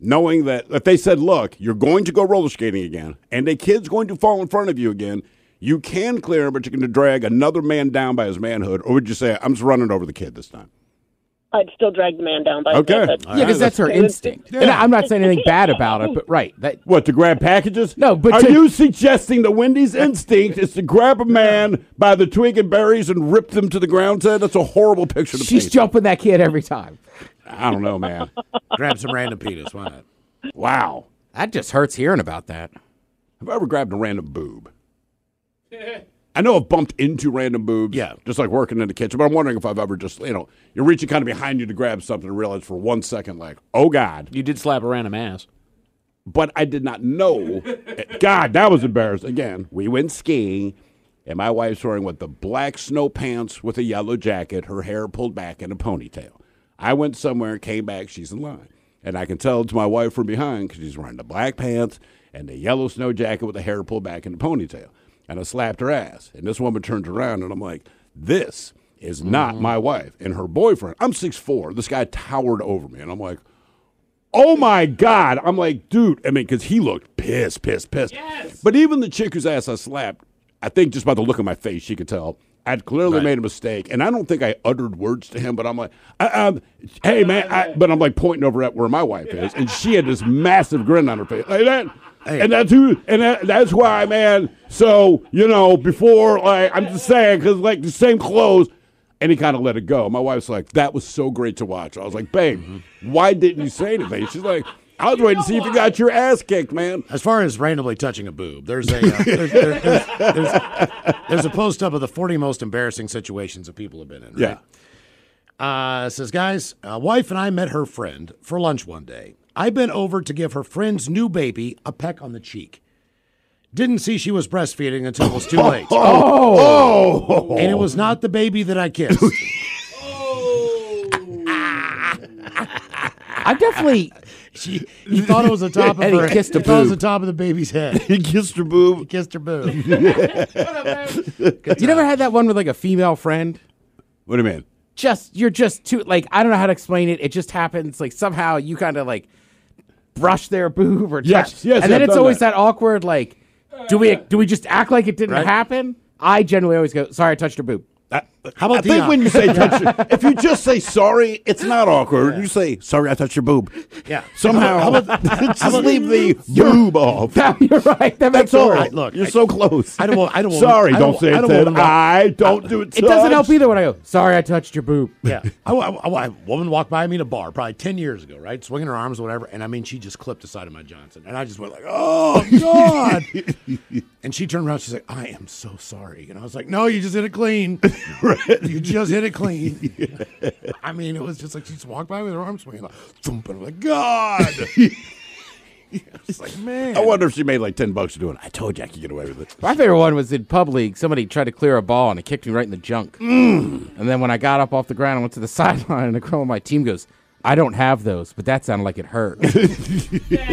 D: Knowing that if they said, look, you're going to go roller skating again, and a kid's going to fall in front of you again, you can clear him, but you're going to drag another man down by his manhood, or would you say, I'm just running over the kid this time?
O: I'd still drag the man down by
D: Okay.
O: his
D: All
O: head.
D: right,
E: Yeah, because that's her
O: It was-
E: instinct. And I- I'm not saying anything bad about it, but right. That,
D: What to grab packages? No,
E: but
D: are
E: to-
D: you suggesting that Wendy's instinct is to grab a man by the twig and berries and rip them to the ground? Ted, that's a horrible picture. To
E: she's
D: paint.
E: jumping that kid every time.
D: I don't know, man.
L: Grab some random penis. Why not?
D: Wow,
E: that just hurts hearing about that.
D: Have I ever grabbed a random boob? I know I've bumped into random boobs. Yeah. Just like working in the kitchen, but I'm wondering if I've ever just, you know, you're reaching kind of behind you to grab something and realize for one second, like, oh God.
L: You did slap a random ass.
D: But I did not know. God, that was embarrassing. Again, we went skiing, and my wife's wearing what the black snow pants with a yellow jacket, her hair pulled back in a ponytail. I went somewhere, came back, she's in line. And I can tell it's my wife from behind because she's wearing the black pants and the yellow snow jacket with the hair pulled back in a ponytail. And I slapped her ass. And this woman turns around and I'm like, this is not my wife. And her boyfriend, I'm 6'4. This guy towered over me. And I'm like, Oh my God. I'm like, dude, I mean, because he looked pissed, pissed, pissed. But even the chick whose ass I slapped, I think just by the look of my face, she could tell I'd clearly made a mistake. And I don't think I uttered words to him, but I'm like, I, um, hey, man. I, but I'm like pointing over at where my wife is. And she had this massive grin on her face. Like that. And that's who, and that, that's why, man. So, you know, before, like, I'm just saying, because, like, the same clothes, and he kind of let it go. My wife's like, that was so great to watch. I was like, babe, why didn't you say anything? She's like, I was waiting to see if you got your ass kicked, man.
C: As far as randomly touching a boob, there's a uh, there's, there- there's, there's, there's a post up of the 40 most embarrassing situations that people have been in. Right? Uh, it says, guys, uh, wife and I met her friend for lunch one day. I bent over to give her friend's new baby a peck on the cheek. Didn't see she was breastfeeding until it was too late.
D: Oh.
C: And it was not the baby that I kissed.
E: I definitely.
C: she, he thought it was the top of
E: And he
C: her.
E: kissed a
C: he thought it was the
E: boob.
C: top of the baby's head.
D: he kissed her boob. He
C: kissed her boob.
E: you never had that one with like a female friend?
D: What do you mean?
E: Just you're just too like I don't know how to explain it. It just happens like somehow you kind of like brush their boob or
D: Yes,
E: touch,
D: yes,
E: and then
D: I've
E: it's
D: done
E: always
D: that.
E: that. awkward like do we do we just act like it didn't
D: Right.
E: happen? I generally always go sorry I touched your boob.
C: How uh,
D: I think when you say touch, your- if you just say sorry, it's not awkward. You say sorry, I touched your boob.
C: Yeah.
D: Somehow,
C: How about-
D: just
C: how about-
D: leave the boob off.
E: you're right. That
D: That's all.
C: Right, look,
D: you're
C: I-
D: so close.
C: I don't want- I don't want-
D: Sorry,
C: I don't
D: don't,
C: want-
D: say
C: I
D: it.
C: don't
D: Ted.
C: want-
D: I don't do it.
E: It doesn't help
D: touch.
E: either when I go sorry I touched your boob.
C: Yeah. I, I- I- a woman walked by me in a bar probably 10 years ago, right? Swinging her arms, whatever. And I mean, she just clipped the side of my Johnson. And I just went like, oh, God. and she turned around. She's like, I am so sorry. And I was like, no, you just hit it clean. You just hit it clean. I mean, it was just like she just walked by with her arms swinging. Like,
D: Oh
C: thump, and I'm like, God. It's like, man.
D: I wonder if she made like ten bucks doing. it. I told you I could get away with it.
E: My favorite one was in pub league. Somebody tried to clear a ball and it kicked me right in the junk.
C: Mm.
E: And then when I got up off the ground and went to the sideline, and the girl on my team goes, I don't have those, but that sounded like it hurt.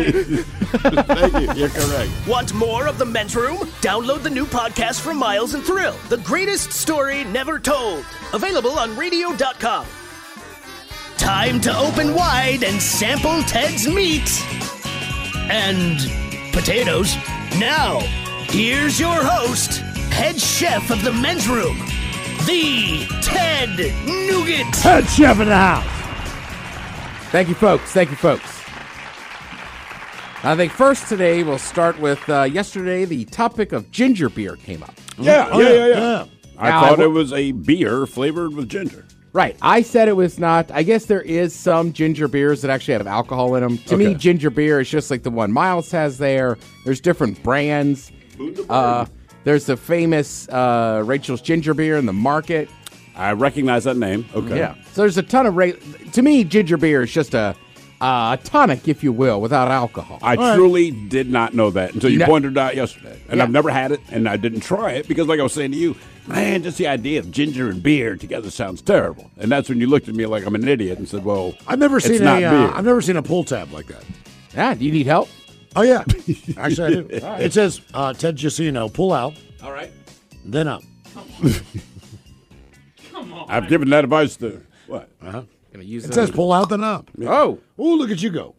D: Thank you. You're correct.
H: Want more of the men's room? Download the new podcast from Miles and Thrill The Greatest Story Never Told. Available on radio.com. Time to open wide and sample Ted's meat and potatoes. Now, here's your host, head chef of the men's room, the Ted Nugent.
C: Head chef in the house.
E: Thank you, folks. Thank you, folks. I think first today we'll start with uh, yesterday. The topic of ginger beer came up.
D: Yeah,
E: Oh,
D: yeah,
E: yeah,
D: yeah, yeah.
E: yeah.
D: I
E: Now, I
D: thought
E: wa-
D: it was a beer flavored with ginger.
E: Right. I said it was not. I guess there is some ginger beers that actually have alcohol in them. To me, ginger beer is just like the one Miles has there. There's different brands. Uh, there's the famous uh, Rachel's ginger beer in the market.
D: I recognize that name. Okay.
E: Yeah. So there's a ton of. Ra- to me, ginger beer is just a, a tonic, if you will, without alcohol.
D: I truly did not know that until you
E: No.
D: pointed it out yesterday. And
E: Yeah.
D: I've never had it, and I didn't try it because, like I was saying to you, man, just the idea of ginger and beer together sounds terrible. And that's when you looked at me like I'm an idiot and said, well,
C: I've never
D: it's
C: seen
D: not
C: a,
D: beer.
C: uh, I've never seen a pull tab like that.
E: Yeah, do you need help?
C: Oh yeah, actually I do.
D: All right.
C: It says, uh, "Ted, just so you know, pull out,
D: All right.
C: then up."
D: I've given that advice to what?
C: Uh-huh.
E: Gonna use
C: It says, "Pull out, then up."
E: Oh,
C: oh, look at you go!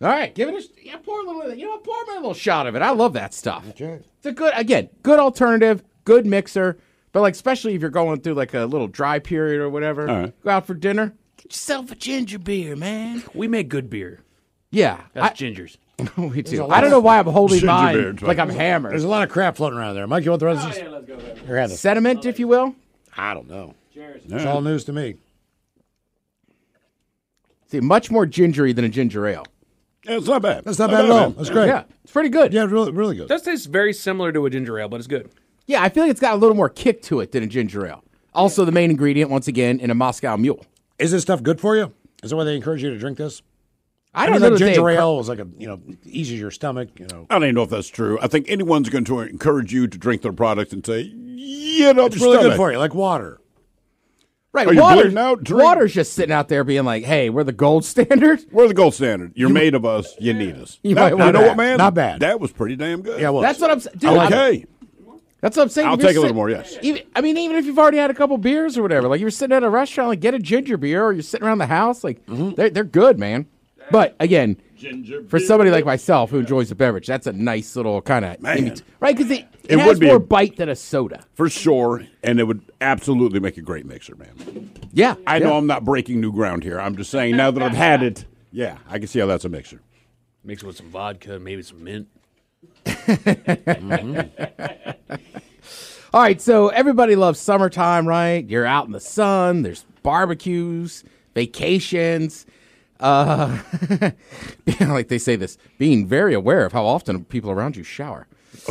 E: All right, give it a sh- yeah, pour a little. of that. You know, pour me a little shot of it. I love that stuff. It's a good again, good alternative, good mixer. But like, especially if you're going through like a little dry period or whatever,
L: All right.
E: go out for dinner.
P: Get yourself a ginger beer, man.
L: We make good beer.
E: Yeah,
L: That's gingers.
E: we
C: There's a
E: do.
C: lot
E: I don't
C: of-
E: know why I'm holding
C: Ginger
E: mine
C: beer, it's
E: like
C: right.
E: I'm hammered.
C: There's a lot of crap floating around there. Mike, you want the rest of this? Here, have this. Oh,
E: sediment, if you will.
C: I don't know. Cheers. It's
E: All right.
C: all news to me.
E: See, much more gingery than a ginger ale.
D: It's not bad.
C: That's not bad at all. That's great.
E: Yeah, it's pretty good.
C: Yeah, really, really good.
P: does taste very similar to a ginger ale, but it's good.
E: Yeah, I feel like it's got a little more kick to it than a ginger ale. Also, the main ingredient, once again, in a Moscow Mule.
C: Is this stuff good for you? Is that why they encourage you to drink this?
E: I don't
C: mean,
E: know
C: Like
E: that they
C: ginger
E: encour-
C: ale is like a you know eases your stomach. You know,
D: I don't even know if that's true. I think anyone's going to encourage you to drink their product and say, you know,
C: it's really good for you, like water.
E: Right,
D: Are you
E: water,
D: bleeding out? Drink.
E: water's just sitting out there being like, hey, we're the gold standard.
D: We're the gold standard. You're made of us. You need us.
E: You
D: Now-
E: might
D: now,
E: want
D: you know
E: that.
D: what, man?
E: Not bad.
D: That was pretty damn good.
E: Yeah, it was. That's what I'm s- dude, I'm-
D: okay.
E: That's what I'm saying.
D: I'll
E: If you're
D: take a little
E: sit-
D: more, yes.
E: Even, I mean, even if you've already had a couple beers or whatever, like you're sitting at a restaurant, like get a ginger beer, or you're sitting around the house, like
C: Mm-hmm.
E: they're, they're good, man. But again,
D: Ginger
E: for somebody like myself who enjoys a beverage, that's a nice little kind of
D: Man.
E: right? Because it, it,
D: It
E: has
D: would be
E: more
D: a-
E: bite than a soda.
D: For sure. And it would absolutely make a great mixer, man.
E: Yeah.
D: I
E: yeah.
D: know I'm not breaking new ground here. I'm just saying now that I've had it, yeah, I can see how that's a mixer.
P: Mix it with some vodka, maybe some mint.
E: All right, so everybody loves summertime, right? You're out in the sun. There's barbecues, vacations. Uh, yeah, like they say this, being very aware of how often people around you shower.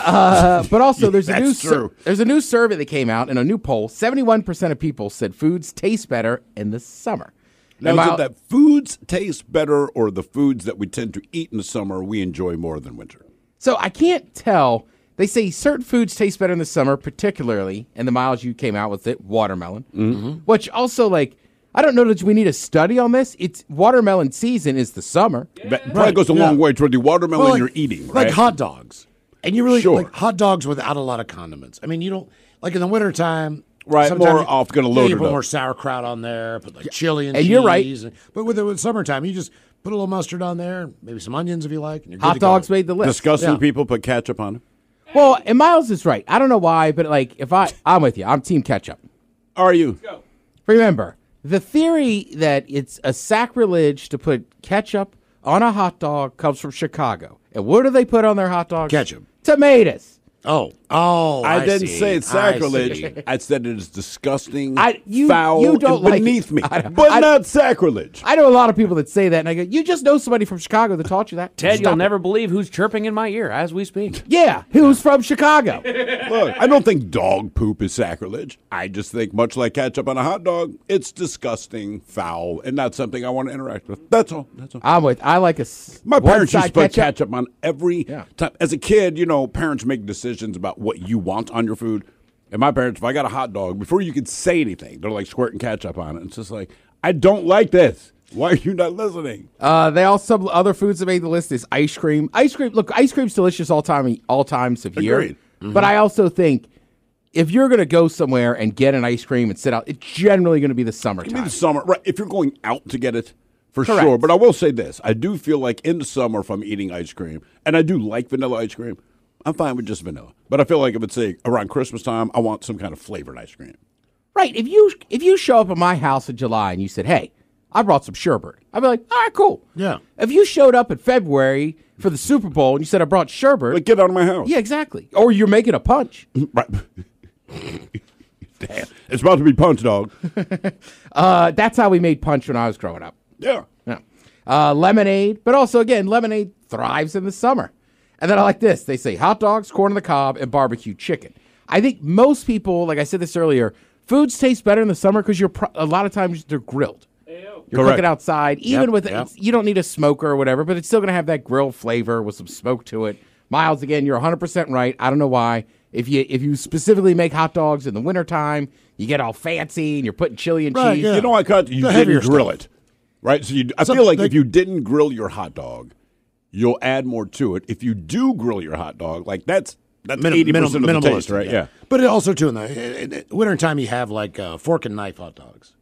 E: uh, but also, there's a new
D: That's
E: sur-
D: true.
E: there's a new survey that came out in a new poll. Seventy one percent of people said foods taste better in the summer.
D: Now,
E: And
D: is
E: my-
D: it that foods taste better or the foods that we tend to eat in the summer we enjoy more than winter?
E: So I can't tell. They say certain foods taste better in the summer, particularly, and the miles you came out with it, watermelon. Mm-hmm. Which also, like, I don't know that we need a study on this. It's watermelon season is the summer.
D: That probably goes a long way toward the watermelon
C: Well, like-
D: you're eating, right?
C: like hot dogs, and you really
D: Sure.
C: like hot dogs without a lot of condiments. I mean, you don't like in the wintertime.
D: Right,
C: sometimes
D: more
C: you-
D: off, gonna
C: yeah,
D: load
C: You
D: it
C: put
D: up.
C: more sauerkraut on there, put like chili and,
E: And
C: cheese.
E: you're right.
C: and- but with with summertime, you just put a little mustard on there, maybe some onions if you like. And you're good
E: Hot
C: to go.
E: dogs made the list.
D: Disgusting
E: Yeah.
D: people put ketchup on it.
E: Well, and Miles is right. I don't know why, but like, if I, I'm with you. I'm team ketchup.
D: Are you?
E: Remember the theory that it's a sacrilege to put ketchup on a hot dog comes from Chicago. And what do they put on their hot dogs?
C: Ketchup.
E: tomatoes.
C: Oh, oh, I,
D: I, didn't
C: see.
D: say it's
C: I
D: sacrilege.
C: see.
D: I, said it is disgusting,
E: I- you-
D: foul,
E: you don't
D: and
E: like it.
D: beneath me,
E: I-
D: but
E: I-
D: not sacrilege.
E: I know a lot of people that say that, and I go, "You just know somebody from Chicago that taught you that."
L: Ted,
E: Stop
L: you'll
E: it.
L: never believe who's chirping in my ear as we speak.
E: Yeah, who's from Chicago?
D: Look, I don't think dog poop is sacrilege. I just think, much like ketchup on a hot dog, it's disgusting, foul, and not something I want to interact with. That's all. That's all.
E: I'm with. I like a. s-
D: My
E: one
D: parents used to
E: side
D: put
E: ketchup.
D: ketchup on every time. As a kid, you know, parents make decisions about what you want on your food. And my parents, if I got a hot dog, before you could say anything, they're like squirting ketchup on it. It's just like, I don't like this. Why are you not listening?
E: Uh, they all some other foods that made the list is ice cream. Ice cream. Look, ice cream's delicious all time, all times of year.
D: Agreed. Mm-hmm.
E: But I also think if you're gonna go somewhere and get an ice cream and sit out, it's generally gonna be the
D: I mean,
E: summertime.
D: the summer, right? If you're going out to get it, for
E: Correct.
D: sure. But I will say this: I do feel like in the summer, if I'm eating ice cream, and I do like vanilla ice cream, I'm fine with just vanilla. But I feel like if it's say around Christmas time, I want some kind of flavored ice cream.
E: Right. If you if you show up at my house in July and you said, "Hey, I brought some sherbet," I'd be like, "All right, cool."
C: Yeah.
E: If you showed up in February for the Super Bowl and you said, "I brought sherbet,"
D: Like, get out of my house.
E: yeah, exactly. Or you're making a punch.
D: Right. Damn, it's about to be punch, dog.
E: Uh, that's how we made punch when I was growing up.
D: Yeah.
E: Yeah. Uh, lemonade, but also again, lemonade thrives in the summer. And then I like this. They say hot dogs, corn on the cob, and barbecue chicken. I think most people, like I said this earlier, foods taste better in the summer because you're pro- a lot of times they're grilled. You're
D: Correct.
E: cooking outside, even
C: Yep,
E: with
C: yep.
E: you don't need a smoker or whatever, but it's still going to have that grill flavor with some smoke to it. Miles, again, you're 100 percent right. I don't know why. If you if you specifically make hot dogs in the wintertime, you get all fancy and you're putting chili and
C: Right,
E: cheese.
C: yeah.
D: You know, I cut. You
C: The heavier
D: didn't grill
C: stuff.
D: it, right? So you, I
C: Some-
D: feel like
C: they-
D: if you didn't grill your hot dog, you'll add more to it. If you do grill your hot dog, like that's that's
C: Minim-
D: eighty
C: minim-
D: percent of the taste,
C: minimalistic,
D: right? Yeah.
C: But it also too in the in- in wintertime you have like uh, fork and knife hot dogs.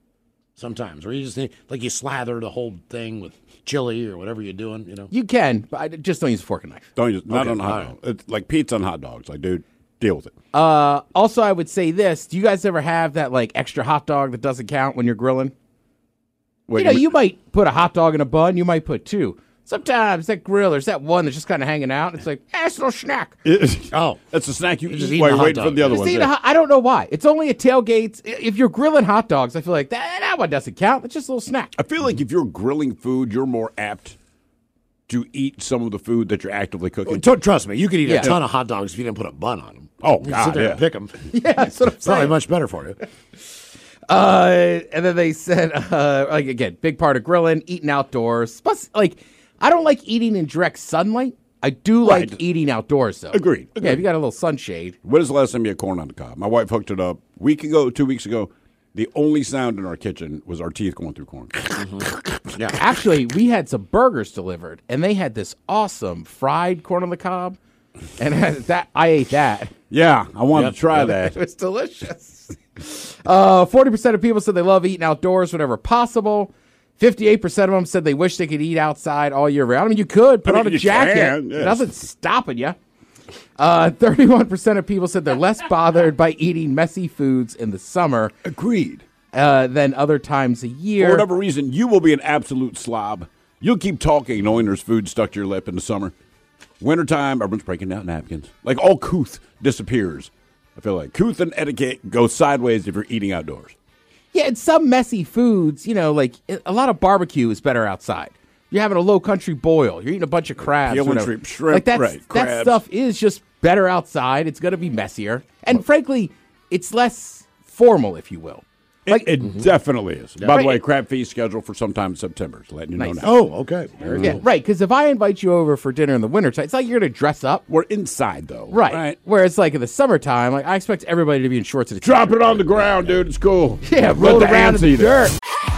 C: Sometimes where you just need, like you slather the whole thing with chili or whatever you're doing, you know.
E: You can, but I just don't use a fork and knife.
D: Don't use not
C: Okay,
D: on a hot
C: all
D: dog. It's like pizza on hot dogs. Like, dude, deal with it.
E: Uh, also, I would say this: Do you guys ever have that like extra hot dog that doesn't count when you're grilling?
D: Wait,
E: you know,
D: wait.
E: you might put a hot dog in a bun. You might put two. Sometimes that grill, there's that one that's just kind of hanging out. It's like, eh, it's a little snack.
D: oh, that's a snack you can
E: Just
D: just
E: eating
D: while
E: a
D: you're
E: hot
D: waiting for
E: dog.
D: the other
E: Just
D: one.
E: eating a hot- I don't know why. It's only at tailgates. I- If you're grilling hot dogs, I feel like that, that one doesn't count. It's just a little snack.
D: I feel like if you're grilling food, you're more apt to eat some of the food that you're actively cooking.
C: Don't trust me. You could eat
D: Yeah.
C: a ton of hot dogs if you didn't put a bun on them.
D: Oh,
C: you
D: God,
C: sit there
D: yeah.
C: and pick them.
E: Yeah, that's what I'm saying.
C: Probably much better for you.
E: Uh, and then they said, uh, like again, big part of grilling, eating outdoors. Plus, like, I don't like eating in direct sunlight. I do like eating outdoors, though.
D: Agreed.
E: Yeah, if you got a little sunshade.
D: When is the last time you had corn on the cob? My wife hooked it up a week ago, two weeks ago. The only sound in our kitchen was our teeth going through corn.
C: Mm-hmm.
E: Yeah. Actually, we had some burgers delivered, and they had this awesome fried corn on the cob, and that I ate that.
D: Yeah, I wanted to try
E: it
D: that.
E: was delicious. Uh, Forty percent of people said they love eating outdoors whenever possible. Fifty-eight percent of them said they wish they could eat outside all year round. I mean, you could put
D: I mean,
E: on a
D: you
E: jacket;
D: can, yes.
E: nothing's stopping you. Uh, Thirty-one percent of people said they're less bothered by eating messy foods in the summer
D: Agreed.
E: uh, than other times a year.
D: For whatever reason, you will be an absolute slob. You'll keep talking knowing there's food stuck to your lip in the summer. Wintertime, everyone's breaking out napkins. Like all couth disappears. I feel like couth and etiquette go sideways if you're eating outdoors.
E: Yeah, and some messy foods, you know, like eh, a lot of barbecue is better outside. You're having a low country boil. You're eating a bunch of crabs.
D: Peel
E: or
D: and
E: whatever.
D: shrimp- shrimp,
E: like that's,
D: right,
E: that
D: crabs.
E: stuff is just better outside. It's going to be messier. And frankly, it's less formal, if you will. Mm-hmm.
D: It, it definitely is. By
E: Right.
D: the way, crab feast scheduled for sometime in September. Just letting you
E: Nice.
D: know now.
C: Oh, okay. Very
E: Yeah,
C: cool.
E: right. Because if I invite you over for dinner in the wintertime, it's like you're going to dress up.
D: We're inside though.
E: Right. Whereas, like in the summertime, like I expect everybody to be in shorts and a
D: Drop it on the ground, dude. It's cool.
E: Yeah,
D: Let
E: roll
D: the
E: around
D: ants
E: in the
D: eat it.
E: dirt.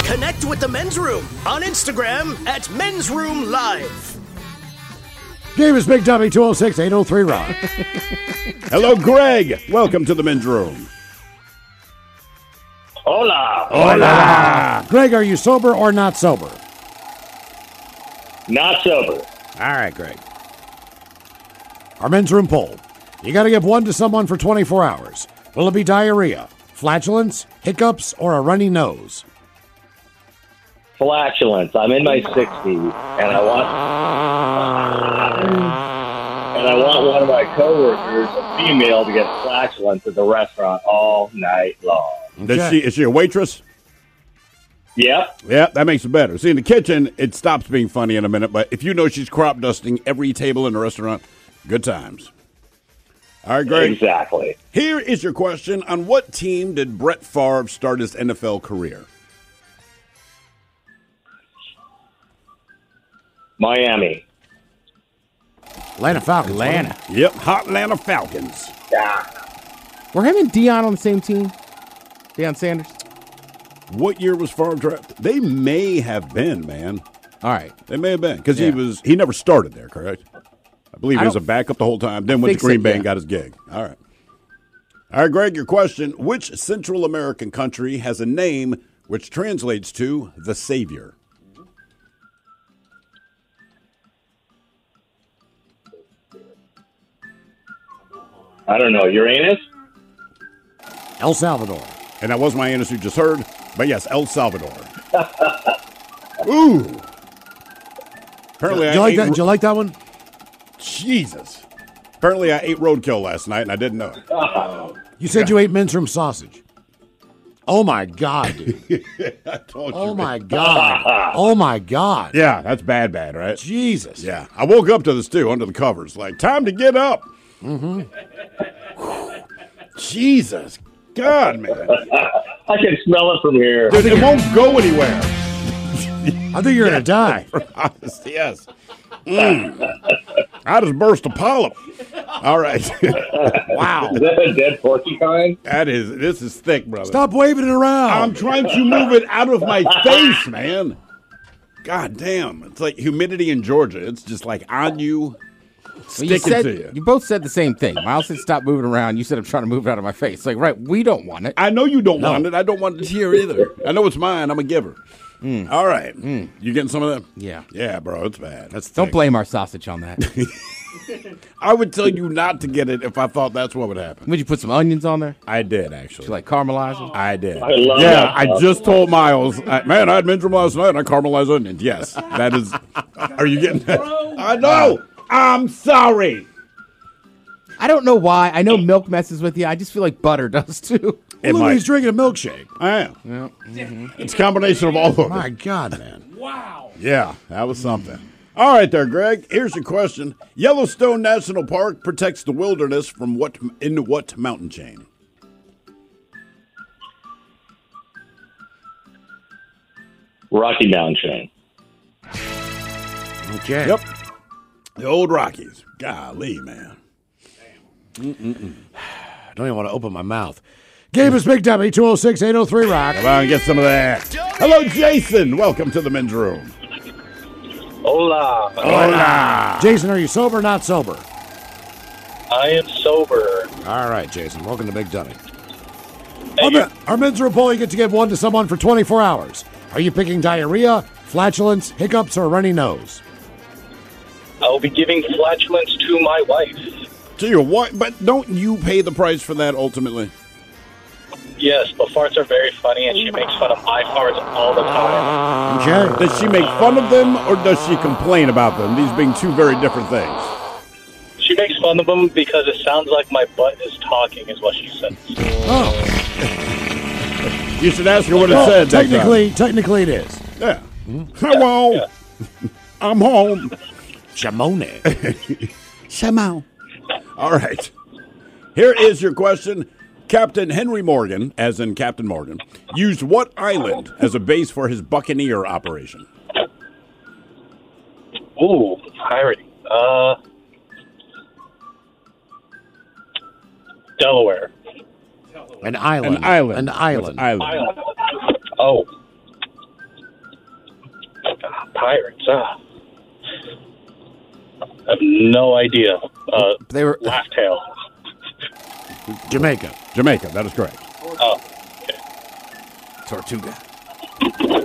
H: Connect with the men's room on Instagram at men's room live.
C: Game is Big Dummy 206 803 Rock.
D: Hello, Greg. Welcome to the men's room.
F: Hola.
C: Hola. Greg, are you sober or not sober?
F: Not sober.
C: All right, Greg. Our men's room poll. You got to give one to someone for 24 hours. Will it be diarrhea, flatulence, hiccups, or a runny nose?
F: Flatulence. I'm in my 60s, and I want and I want one of my coworkers, a female, to get flatulence at the restaurant all night long.
D: Does she is she a waitress?
F: Yep.
D: Yeah, that makes it better. See, in the kitchen, it stops being funny in a minute, but if you know she's crop dusting every table in the restaurant, good times. All right, Greg.
F: Exactly.
D: Here is your question On what team did Brett Favre start his NFL career?
F: Miami.
C: Atlanta Falcons. Atlanta.
D: Yep, Hot Atlanta Falcons.
E: Were him and Dion on the same team? Deion Sanders.
D: What year was Favre drafted? They may have been, man.
E: All right.
D: They may have been because
E: Yeah.
D: he was he never started there, correct? I believe
E: I
D: he was a
E: don't-
D: backup the whole time. Then
E: I
D: went
E: think
D: to Green
E: so,
D: Bay
E: yeah.
D: and got his gig. All right. All right, Greg, your question. Which Central American country has a name which translates to the savior?
F: I don't know. Uranus?
C: El Salvador.
D: And that was my answer you just heard. But yes, El Salvador. Ooh. Apparently,
C: Did
D: I
C: you, like
D: ate
C: that?
D: ro-
C: Did you like that one?
D: Jesus. Apparently, I ate roadkill last night and I didn't know it.
C: You said you ate men's room sausage. Oh my God, dude.
D: I told you.
C: oh my God. oh my God.
D: Yeah, that's bad, bad, right?
C: Jesus.
D: Yeah, I woke up to this too under the covers. Like, time to get up.
C: Mm-hmm.
D: Jesus, God, man.
F: I can smell it from here.
D: Dude, it won't go anywhere.
C: I think you're going to die.
D: Honest, yes. Mm. I just burst a polyp. All right. wow. Is that a dead porcupine? That is. This is thick, brother.
C: Stop waving it around.
D: I'm trying to move it out of my face, man. God damn. It's like humidity in Georgia. It's just like on you,
E: Well, you,
D: sticking
E: said,
D: to you.
E: both said the same thing. Miles said, "Stop moving around." You said, "I'm trying to move it out of my face." Like, right? We don't want it.
D: I know you don't want it. I don't want it here either. I know it's mine. I'm a giver. All right. You getting some of that?
E: Hmm. Yeah.
D: Yeah, bro. It's bad. That's
E: Don't
D: thick.
E: blame our sausage on that.
D: I would tell you not to get it if I thought that's what would happen.
E: Would you put some onions on there?
D: I did actually.
E: like caramelize them?
D: I did.
E: I love
D: yeah,
E: that
D: I
E: stuff.
D: just told Miles, I, man, I had mentioned last night. and I caramelized onions. Yes, that is. Are you getting that? I know. I'm sorry.
E: I don't know why. I know milk messes with you. I just feel like butter does too.
D: It Look, might. he's
E: drinking
D: a milkshake. I am. It's a combination of all of it. My God, man. Wow. Yeah, that was something. All right, there, Greg. Here's your question: Yellowstone National Park protects the wilderness from what in what mountain chain?
F: Rocky Mountain chain.
D: Okay. Yep. The old Rockies. Golly, man.
C: Mm-mm-mm. I don't even want to open my mouth. Gabe is Big Dummy, 206 803 Rock.
D: Come on, get some of that. Hello, Jason. Welcome to the men's room.
F: Hola.
D: Hola.
C: Jason, are you sober or not sober?
F: I am sober.
C: All right, Jason. Welcome to Big Dummy. Our, men- our men's room poll, you get to give one to someone for 24 hours. Are you picking diarrhea, flatulence, hiccups, or a runny nose?
F: I'll be giving flatulence to my wife.
D: To your wife, but don't you pay the price for that ultimately?
F: Yes, but farts are very funny, and she makes fun of my farts all the time.
D: Okay. Does she make fun of them or does she complain about them? These being two very different things.
F: She makes fun of them because it sounds like my butt is talking, is what she says.
D: You should ask her what it
C: Oh. Well,
D: said. next
C: Technically, technically it is.
D: time. Yeah. Hello. I'm home.
C: Jamone.
D: Shamo. All right. Here is your question. Captain Henry Morgan, as in Captain Morgan, used what island as a base for his buccaneer operation?
F: Ooh, pirating. Uh, Delaware.
C: An island.
D: An island.
C: An island.
D: Island.
F: Oh. Ah, Pirates, ah. I have no idea. Uh,
E: they were
F: Laugh Tail.
D: Jamaica. Jamaica, that is correct.
F: Oh,
D: Tortuga.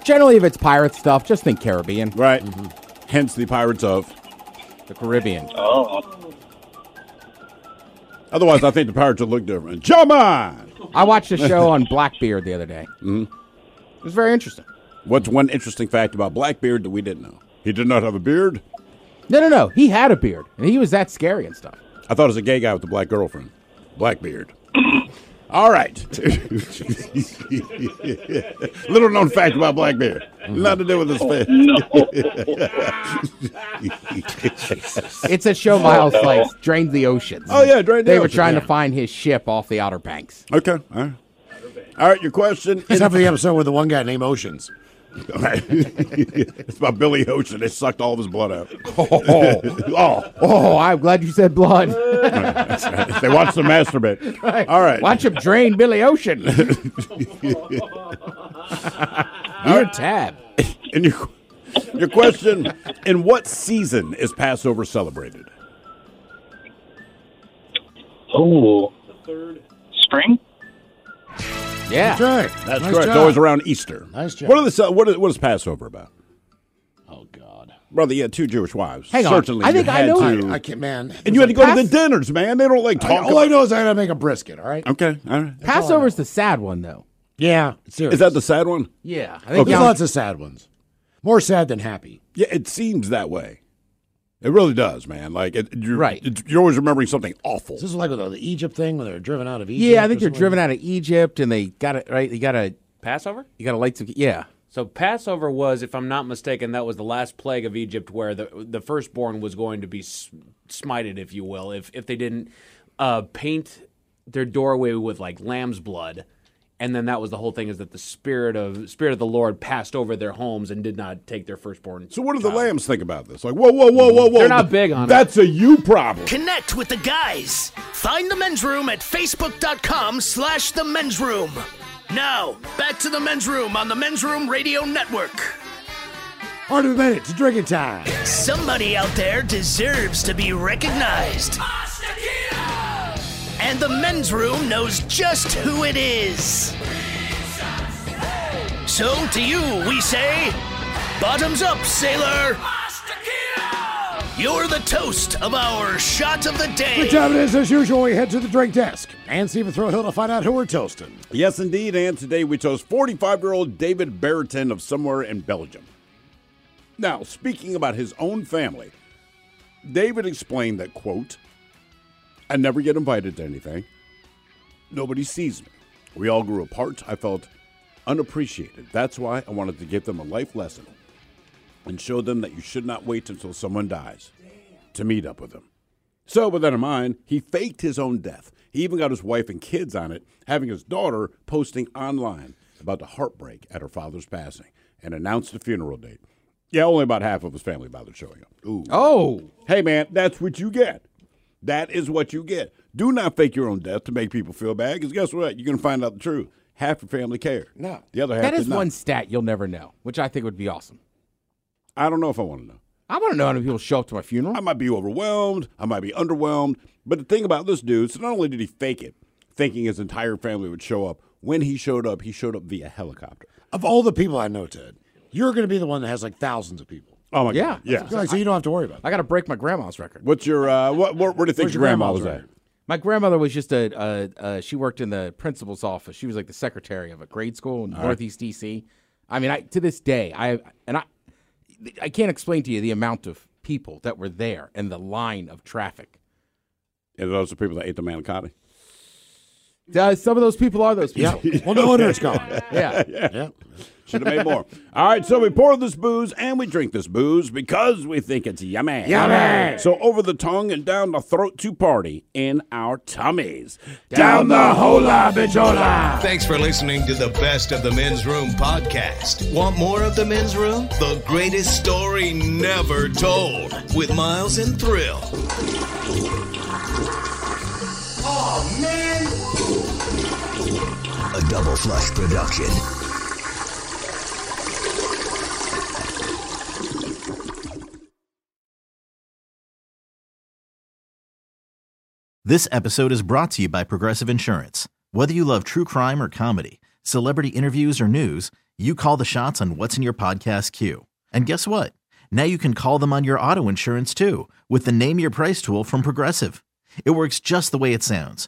E: Generally, if it's pirate stuff, just think Caribbean. Mm-hmm.
D: Right. Hence the Pirates of
E: the Caribbean.
F: oh.
D: Otherwise, I think the Pirates would look different. Jump on!
E: I watched a show on Blackbeard the other day.
D: Mhm.
E: It was very interesting.
D: What's one interesting fact about Blackbeard that we didn't know? He did not have a beard.
E: No, no, no. He had a beard, and he was that scary and stuff.
D: I thought it was a gay guy with a black girlfriend. Blackbeard. All right. Little known fact about Blackbeard. Nothing to do with his face.
E: It's a show Miles likes, Drained the Oceans.
D: Oh, yeah, Drained the
E: They were
D: Oceans,
E: trying
D: yeah.
E: to find his ship off the Outer Banks.
D: Okay. All right. All right, your question.
C: Except for the episode with the one guy named Oceans.
D: All right. it's about Billy Ocean. They sucked all of his blood out.
E: Oh,
D: oh,
E: Oh, I'm glad you said blood.
D: They watched him masturbate. All right.
E: Watch him drain Billy Ocean.
D: Your
E: tab.
D: And your, your question In what season is Passover celebrated?
F: Oh. Spring?
E: Yeah.
D: That's right. That's
C: Nice
D: correct.
C: job.
D: It's always around Easter.
C: Nice job.
D: What, are the, ce- what, is, what is Passover about? Oh, God. Brother, you had two Jewish wives.
C: Hang on.
D: Certainly
C: I think
D: you
C: I
D: had
C: know-
D: To,
C: I- I can't- man.
D: And you had to go to the
C: Pass-
D: dinners, man. They don't like talk.
C: all I
D: about-
C: know is I gotta make a brisket, all right?
D: Okay. All right.
E: Passover's the sad one, though.
C: Yeah. Serious.
D: Is that the sad one?
E: Yeah. I
C: There's
E: think Yom-
C: lots of sad ones. More sad than happy.
D: Yeah, it seems that way. It really does, man. Like, it, you're, right. you're always remembering something awful.
C: This is like with uh, the Egypt thing when they're driven out of Egypt.
E: yeah, I think
C: or
E: you're
C: something.
E: driven out of Egypt, and they got it right. You got to
P: Passover?
E: you got to light some. Yeah.
P: So Passover was, if I'm not mistaken, that was the last plague of Egypt, where the the firstborn was going to be s- smited, if you will, if if they didn't uh, paint their doorway with like lamb's blood And then that was the whole thing is that the spirit of spirit of the Lord passed over their homes and did not take their firstborn.
D: So what do the lambs think about this? Like, whoa, whoa, whoa, whoa, whoa.
P: They're not big on it.
D: That's a you problem.
H: Connect with the guys. Find the men's room at facebook.com slash the men's room. Now, back to the men's room on the men's room radio network.
C: Under the minute, it's drinking time.
H: Somebody out there deserves to be recognized. And the men's room knows just who it is. So to you, we say, bottoms up, sailor. You're the toast of our shot of the day.
C: Good time it is, as usual. We head to the drink desk and Stephen Throwhill to find out who we're toasting.
D: Yes, indeed. And today we chose 45 year old David Berriton of somewhere in Belgium. Now, speaking about his own family, David explained that, quote, I never get invited to anything. Nobody sees me. We all grew apart. I felt unappreciated. That's why I wanted to give them a life lesson and show them that you should not wait until someone dies to meet up with them. So, with that in mind, he faked his own death. He even got his wife and kids on it, having his daughter posting online about the heartbreak at her father's passing and announced the funeral date. Yeah, only about half of his family bothered showing up. Ooh.
E: Oh.
D: Hey, man, that's what you get. That is what you get. Do not fake your own death to make people feel bad, because guess what? You're going to find out the truth. Half your family cared.
C: No.
D: The other half
E: That
D: did
E: is
D: not.
E: one stat you'll never know, which I think would be awesome.
D: I don't know if I want to know.
E: I want to know how many people show up to my funeral.
D: I might be overwhelmed. I might be underwhelmed. But the thing about this dude, so not only did he fake it, thinking his entire family would show up, when he showed up, he showed up via helicopter.
C: Of all the people I know, Ted, you're going to be the one that has like thousands of people.
D: Oh my
E: Yeah.
D: god! Yeah,
C: You're like, so you don't have to worry about it.
E: I got to break my grandma's record.
D: What's your uh, what? Where, where do you think
C: Where's
D: your
C: your
D: grandma
C: grandma's
D: was at?
C: record?
E: My grandmother was just a, a, a she worked in the principal's office. She was like the secretary of a grade school in
D: All right.
E: Northeast DC. I mean, I to this day, I and I I can't explain to you the amount of people that were there and the line of traffic.
D: And those are people that ate the manicotti.
E: Uh, some of those people are those people.
C: Well, no wonder it's gone.
E: yeah.
D: yeah. Should have made more. All right, so we pour this booze and we drink this booze because we think it's yummy.
C: Yummy.
D: So over the tongue and down the throat to party in our tummies.
B: Down the hola,
D: bitchola.
B: Thanks for listening to the Best of the Men's Room podcast. Want more of the Men's Room? The greatest story never told with Miles and Thrill.
K: Oh, man.
B: A double flush production.
A: This episode is brought to you by Progressive Insurance. Whether you love true crime or comedy, celebrity interviews or news, you call the shots on what's in your podcast queue. And guess what? Now you can call them on your auto insurance too with the Name Your Price tool from Progressive. It works just the way it sounds.